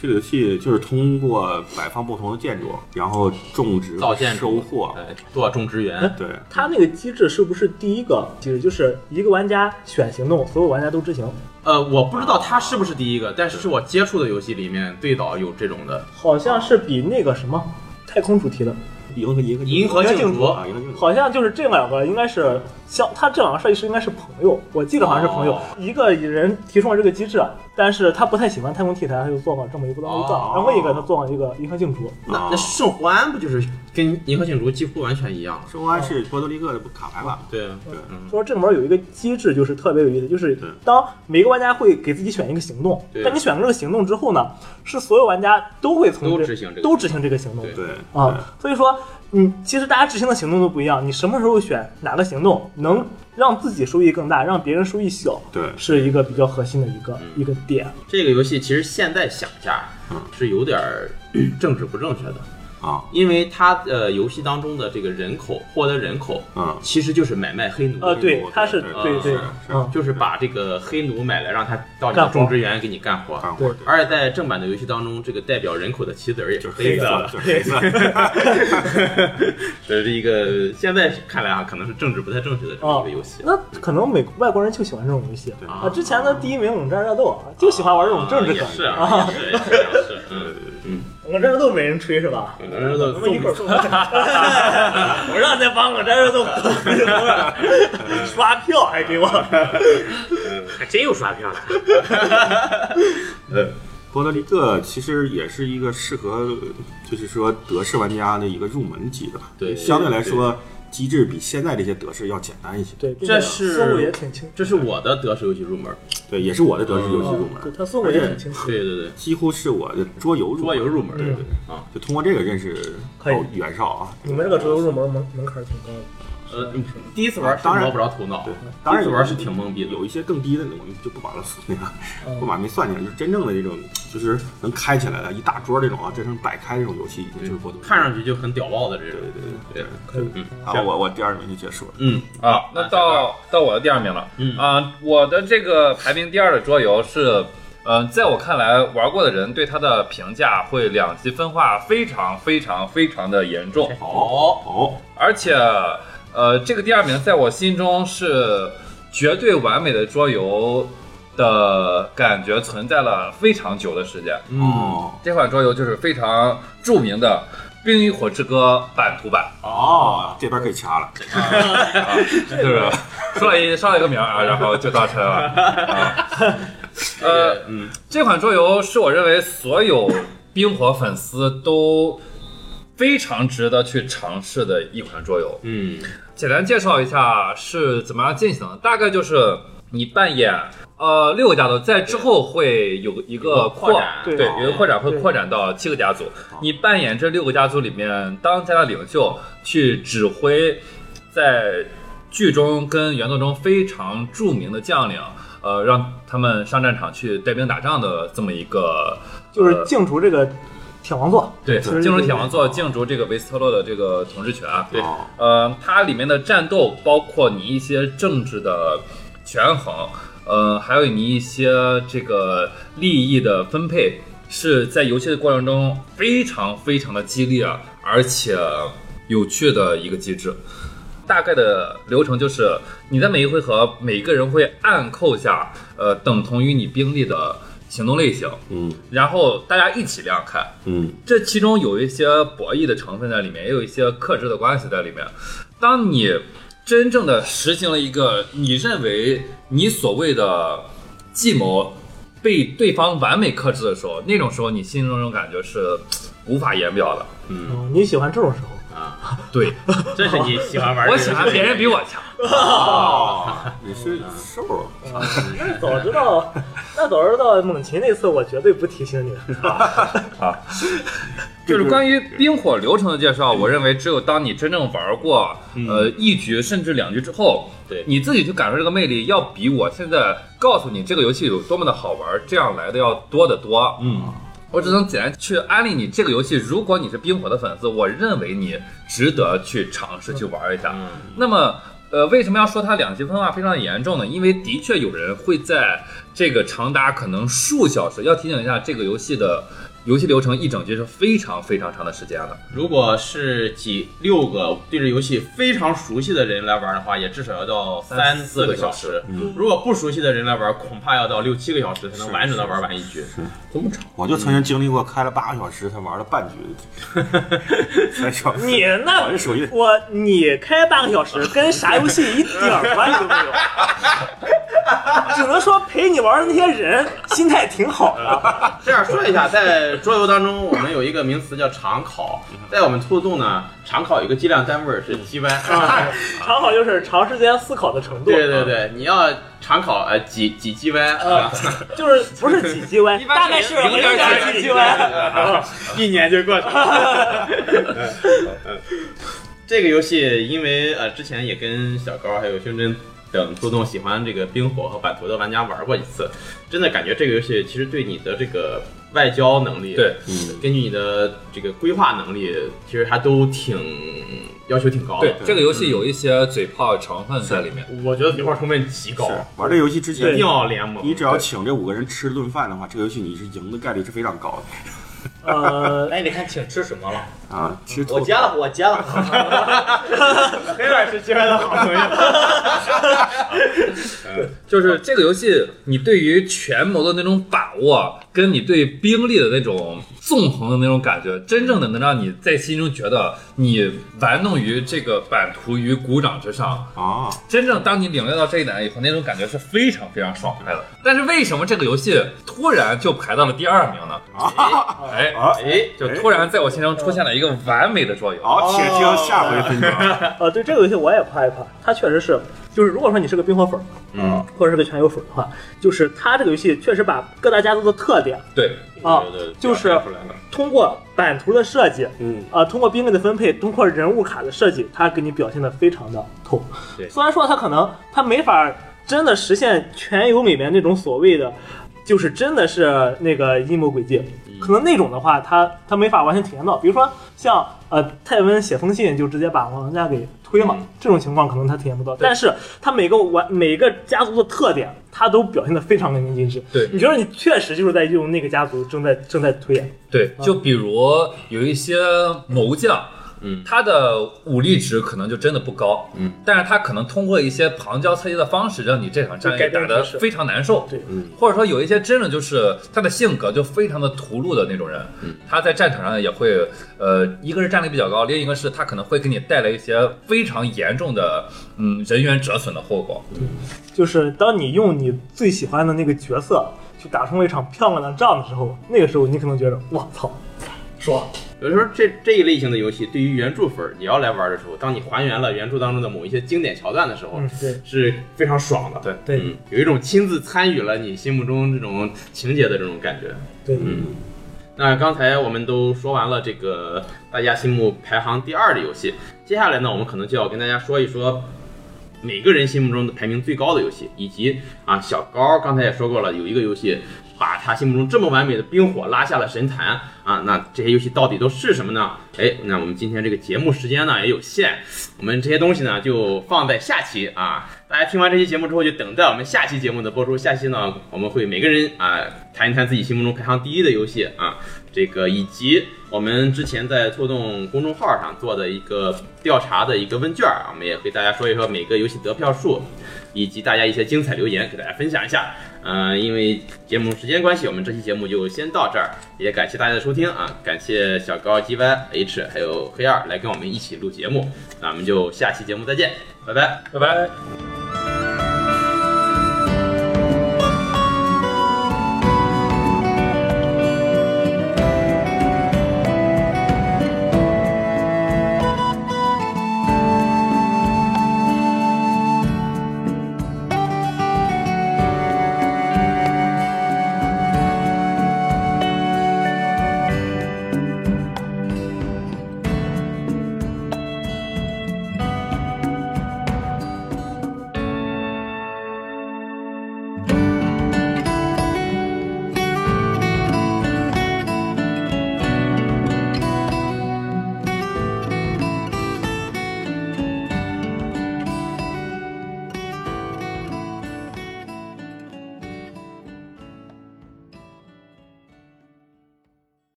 Speaker 3: 这个游戏就是通过摆放不同的建筑，然后种植、
Speaker 1: 造建
Speaker 3: 收获。
Speaker 1: 哎，做种植园，
Speaker 3: 对，
Speaker 2: 它那个机制是不是第一个机制？就是一个玩家选行动，所有玩家都执行。
Speaker 1: 呃，我不知道它是不是第一个，但是是我接触的游戏里面最早有这种的。
Speaker 2: 好像是比那个什么太空主题的，
Speaker 3: 银河银河
Speaker 1: 银河竞逐
Speaker 3: 啊，银河竞逐。
Speaker 2: 好像就是这两个应该是像他这两个设计师应该是朋友，我记得好像是朋友。
Speaker 1: 哦
Speaker 2: 一个人提出了这个机制，但是他不太喜欢太空题材，他就做了这么一个东西
Speaker 1: 哦
Speaker 2: 然后另一个他做了一个银河竞逐。
Speaker 1: 那
Speaker 3: 哦
Speaker 1: 那圣胡安不就是跟银河竞逐几乎完全一样了？
Speaker 3: 圣安是波多黎各的卡牌版。
Speaker 1: 对啊，
Speaker 3: 对，
Speaker 2: 说这里面有一个机制，就是特别有意思，就是
Speaker 3: 对
Speaker 2: 当每个玩家会给自己选一个行动，
Speaker 1: 对
Speaker 2: 但你选了这个行动之后呢，是所有玩家都会从
Speaker 1: 都
Speaker 2: 这
Speaker 1: 执行这个
Speaker 2: 都执行这个行动
Speaker 1: 对
Speaker 3: 对，
Speaker 2: 啊，所以说，嗯，其实大家执行的行动都不一样，你什么时候选哪个行动能让自己收益更大，让别人收益小，
Speaker 3: 对
Speaker 2: 是一个比较核心的一个、
Speaker 1: 嗯
Speaker 2: 一个点。
Speaker 1: 这个游戏其实现在想一下，是有点儿政治不正确的。
Speaker 3: 啊，
Speaker 1: 因为它呃游戏当中的这个人口获得人口，
Speaker 3: 嗯
Speaker 1: 其实就是买卖黑奴
Speaker 2: 呃，对
Speaker 3: 我，
Speaker 2: 他是
Speaker 3: 对
Speaker 2: 对对
Speaker 1: 是，
Speaker 2: 嗯，
Speaker 1: 就是把这个黑奴买来，让他到你
Speaker 2: 干
Speaker 1: 的
Speaker 2: 活
Speaker 1: 种植园给你干活。
Speaker 3: 干活
Speaker 2: 对
Speaker 1: 而且在正版的游戏当中，这个代表人口的棋子儿也是
Speaker 3: 就是
Speaker 1: 黑
Speaker 3: 黑
Speaker 1: 色
Speaker 3: 色，
Speaker 1: 的 [laughs]
Speaker 3: 就，是黑色，
Speaker 1: 这是一个现在看来啊，可能是政治不太正确的这
Speaker 4: 哦
Speaker 1: 么一个游戏。
Speaker 2: 啊那可能美外国人就喜欢这种游戏
Speaker 3: 对
Speaker 2: 啊。之前的第一名《冷战热斗》啊，就喜欢玩这种政治
Speaker 1: 也
Speaker 2: 梗
Speaker 1: 是啊，也是也是也是，嗯，
Speaker 2: 冷战热斗没人吹是吧？
Speaker 1: 可能是都
Speaker 2: 咱们一会儿说，我让那帮冷战热斗狗日本人刷票还给我，
Speaker 4: 还真有刷票的。
Speaker 3: 波多黎各其实也是一个适合，就是说德式玩家的一个入门级的吧。
Speaker 1: 对
Speaker 3: 相对来说机制比现在这些德式要简单一些。
Speaker 2: 对，并且
Speaker 1: 这是
Speaker 2: 思路也挺清，
Speaker 1: 这是我的德式游戏入门，
Speaker 3: 对，也是我的德式游戏入
Speaker 2: 嗯对
Speaker 3: 门，
Speaker 2: 他思路也挺清晰。
Speaker 1: 对对对，
Speaker 3: 几乎是我的桌游入门
Speaker 1: 桌游入门，对对啊，
Speaker 3: 就通过这个认识
Speaker 2: 可以
Speaker 3: 哦袁绍啊。
Speaker 2: 你们这个桌游入门门门槛挺高的，
Speaker 1: 呃，第一次玩是摸不着头脑
Speaker 3: 对，，
Speaker 2: 嗯
Speaker 1: 第
Speaker 3: 当
Speaker 1: 一
Speaker 3: 然
Speaker 1: 次
Speaker 3: 有
Speaker 1: 玩是挺懵逼的，
Speaker 3: 有一些更低的我们就不把它那个
Speaker 2: 嗯
Speaker 3: 不把没算进来，就真正的这种就是能开起来的一大桌这种啊，这种摆开这种游戏已经就是波多黎各
Speaker 1: 看上去就很屌爆的这
Speaker 3: 对
Speaker 1: 种，
Speaker 3: 对对
Speaker 1: 对，
Speaker 3: 对
Speaker 2: 可以。
Speaker 3: 好，我我第二名就结束了。
Speaker 1: 嗯
Speaker 4: 啊，那到到我的第二名了。
Speaker 1: 嗯
Speaker 4: 啊，我的这个排名第二的桌游是，呃，在我看来，玩过的人对它的评价会两极分化，非常非常非常的严重。
Speaker 1: 哦，
Speaker 3: 哦，
Speaker 4: 而且，呃，这个第二名在我心中是绝对完美的桌游的感觉存在了非常久的时间。
Speaker 1: 嗯
Speaker 3: 哦
Speaker 4: 这款桌游就是非常著名的《冰与火之歌》版图版。
Speaker 3: 哦，这边可以掐了。
Speaker 4: 就是说了一上了一个名儿 [laughs] 啊，然后就到这了。啊， [laughs] 呃，嗯，这款桌游是我认为所有冰火粉丝都非常值得去尝试的一款桌游。
Speaker 1: 嗯
Speaker 4: 简单介绍一下是怎么样进行的，大概就是你扮演。呃，六个家族在之后会有一个扩
Speaker 1: 扩展
Speaker 4: 对，
Speaker 2: 对
Speaker 4: 有一个扩展会
Speaker 2: 对
Speaker 4: 扩展到七个家族。你扮演这六个家族里面当家的领袖，去指挥在剧中跟原作中非常著名的将领，呃，让他们上战场去带兵打仗的这么一个
Speaker 2: 就是净除这个铁王座，
Speaker 4: 对，
Speaker 2: 其实
Speaker 4: 竞
Speaker 2: 就
Speaker 4: 逐
Speaker 2: 是
Speaker 4: 铁王座，竞逐这个维斯特洛的这个统治权。
Speaker 1: 对
Speaker 3: 哦
Speaker 4: 呃，它里面的战斗包括你一些政治的权衡，呃，还有你一些这个利益的分配，是在游戏的过程中非常非常的激烈，而且有趣的一个机制。大概的流程就是，你在每一回合，每个人会暗扣下，呃，等同于你兵力的行动类型，
Speaker 3: 嗯
Speaker 4: 然后大家一起亮看。
Speaker 3: 嗯
Speaker 4: 这其中有一些博弈的成分在里面，也有一些克制的关系在里面。当你真正的实行了一个你认为你所谓的计谋被对方完美克制的时候，那种时候你心中那种感觉是嘖无法言表的。
Speaker 2: 嗯，你喜欢这种时候，
Speaker 1: 啊，
Speaker 4: 对
Speaker 1: 这是你喜欢玩，
Speaker 4: 我喜欢别人比我强，
Speaker 1: 啊
Speaker 3: 哦，你是瘦
Speaker 2: [laughs] 那早知道，那早知道猛禽那次我绝对不提醒你。
Speaker 4: 就是关于冰火流程的介绍，我认为只有当你真正玩过，呃，一局甚至两局之后，
Speaker 1: 对
Speaker 4: 你自己去感受这个魅力，要比我现在告诉你这个游戏有多么的好玩，这样来的要多得多。
Speaker 1: 嗯，
Speaker 4: 我只能简单去安利你这个游戏，如果你是冰火的粉丝，我认为你值得去尝试去玩一下。那么。呃，为什么要说它两极分化非常严重呢？因为的确有人会在这个长达可能数小时，要提醒一下，这个游戏的游戏流程一整局是非常非常长的时间的。
Speaker 1: 如果是几六个对这游戏非常熟悉的人来玩的话，也至少要到三四个小时。嗯如果不熟悉的人来玩，恐怕要到六七个小时才能完整的玩完一局。这么长？
Speaker 3: 我就曾经经历过开了八个小时才玩了半局，才说
Speaker 2: 你那
Speaker 3: 我这属于
Speaker 2: 我你开半个小时跟啥游戏一点儿关系都没有，只能说陪你玩的那些人心态挺好的。
Speaker 1: 这样说一下，在桌游当中，我们有一个名词叫长考，在我们兔子洞呢，长考有一个计量单位是 GY。
Speaker 2: 长考就是长时间思考的程度，
Speaker 1: [laughs] 对对对，你要长考呃几几 GY，、啊、
Speaker 2: 呃就是不是几级歪，大概是
Speaker 4: 零点
Speaker 2: 点
Speaker 4: 几
Speaker 2: 几歪。
Speaker 1: [laughs] 一年就过去了。 [laughs] 这个游戏因为呃之前也跟小高还有胸针等互动喜欢这个冰火和版图的玩家玩过一次，真的感觉这个游戏其实对你的这个外交能力，
Speaker 4: 对，
Speaker 3: 嗯
Speaker 1: 根据你的这个规划能力，其实还都挺要求挺高的
Speaker 4: 哦对。，嗯这个游戏有一些嘴炮成分在里面。
Speaker 1: 我觉得比话成本极高
Speaker 3: 是，玩这游戏之
Speaker 1: 一定
Speaker 3: 前，
Speaker 1: 要联盟。
Speaker 3: 你只要请这五个人吃顿饭的话，这个游戏你是赢的概率是非常高
Speaker 2: 呃，
Speaker 5: 那你得看请吃什么了。
Speaker 3: 的啊。其实
Speaker 5: 我
Speaker 3: 兔
Speaker 5: 接了，我接了。
Speaker 1: [laughs] 黑板是接下来的好朋友。
Speaker 4: 就是这个游戏，你对于权谋的那种把握，跟你对兵力的那种纵横的那种感觉，真正的能让你在心中觉得你玩弄于这个版图于股掌之上。
Speaker 3: 啊，
Speaker 4: 真正当你领略到这一点以后，那种感觉是非常非常爽快的。但是为什么这个游戏突然就排到了第二名呢？哎
Speaker 3: 啊
Speaker 4: 哎，就突然在我心中出现了一个完美的桌游。
Speaker 3: 好，且听下回分享。
Speaker 2: 呃，对这个游戏我也不害怕，它确实是，就是如果说你是个冰火粉，
Speaker 1: 嗯，
Speaker 2: 或者是个全游粉的话，就是它这个游戏确实把各大家族的特点
Speaker 4: 对，
Speaker 2: 啊
Speaker 1: 对对对，
Speaker 2: 就是
Speaker 1: 表达出来了
Speaker 2: 通过版图的设计，
Speaker 3: 嗯，
Speaker 2: 啊，通过兵力的分配，通过人物卡的设计，它给你表现的非常的透。
Speaker 4: 对
Speaker 2: 虽然说它可能它没法真的实现全游里面那种所谓的，就是真的是那个阴谋诡计，
Speaker 1: 嗯
Speaker 2: 可能那种的话，它它没法完全体验到。比如说像呃泰温写封信就直接把王家给推
Speaker 1: 嗯
Speaker 2: 了，这种情况可能他体验不到。但是他每个完每个家族的特点，他都表现的非常淋漓尽致。
Speaker 4: 对
Speaker 2: 你觉得你确实就是在用那个家族正在正在推演。
Speaker 4: 对，就比如有一些谋将。
Speaker 1: 嗯
Speaker 4: 他的武力值可能就真的不高，
Speaker 1: 嗯，
Speaker 4: 但是他可能通过一些旁敲侧击的方式，让你这场战役
Speaker 2: 就改变
Speaker 4: 打得
Speaker 2: 局势
Speaker 4: 非常难受，
Speaker 2: 对
Speaker 4: 嗯，或者说有一些真的就是他的性格就非常的屠戮的那种人，嗯，他在战场上也会，呃，一个是战力比较高，另一个是他可能会给你带来一些非常严重的，嗯，人员折损的后果，
Speaker 2: 就是当你用你最喜欢的那个角色去打通了一场漂亮的仗的时候，那个时候你可能觉得，我操，爽！
Speaker 1: 有的时候这这一类型的游戏，对于原著粉儿也要来玩的时候，当你还原了原著当中的某一些经典桥段的时候，
Speaker 2: 嗯，对
Speaker 1: 是非常爽的。
Speaker 4: 对
Speaker 2: 对
Speaker 1: 嗯，有一种亲自参与了你心目中这种情节的这种感觉。
Speaker 2: 对，
Speaker 1: 嗯，那刚才我们都说完了这个大家心目排行第二的游戏，接下来呢，我们可能就要跟大家说一说每个人心目中的排名最高的游戏，以及啊，小高刚才也说过了，有一个游戏把他心目中这么完美的冰火拉下了神坛啊，那这些游戏到底都是什么呢？哎，那我们今天这个节目时间呢也有限，我们这些东西呢就放在下期啊。大家听完这期节目之后，就等待我们下期节目的播出。下期呢，我们会每个人啊谈一谈自己心目中排行第一的游戏啊，这个以及我们之前在错动公众号上做的一个调查的一个问卷啊，我们也给大家说一说每个游戏得票数，以及大家一些精彩留言，给大家分享一下。嗯、因为节目时间关系，我们这期节目就先到这儿，也感谢大家的收听啊，感谢小高 G Y H 还有黑二来跟我们一起录节目，那我们就下期节目再见，拜拜。
Speaker 4: 拜拜。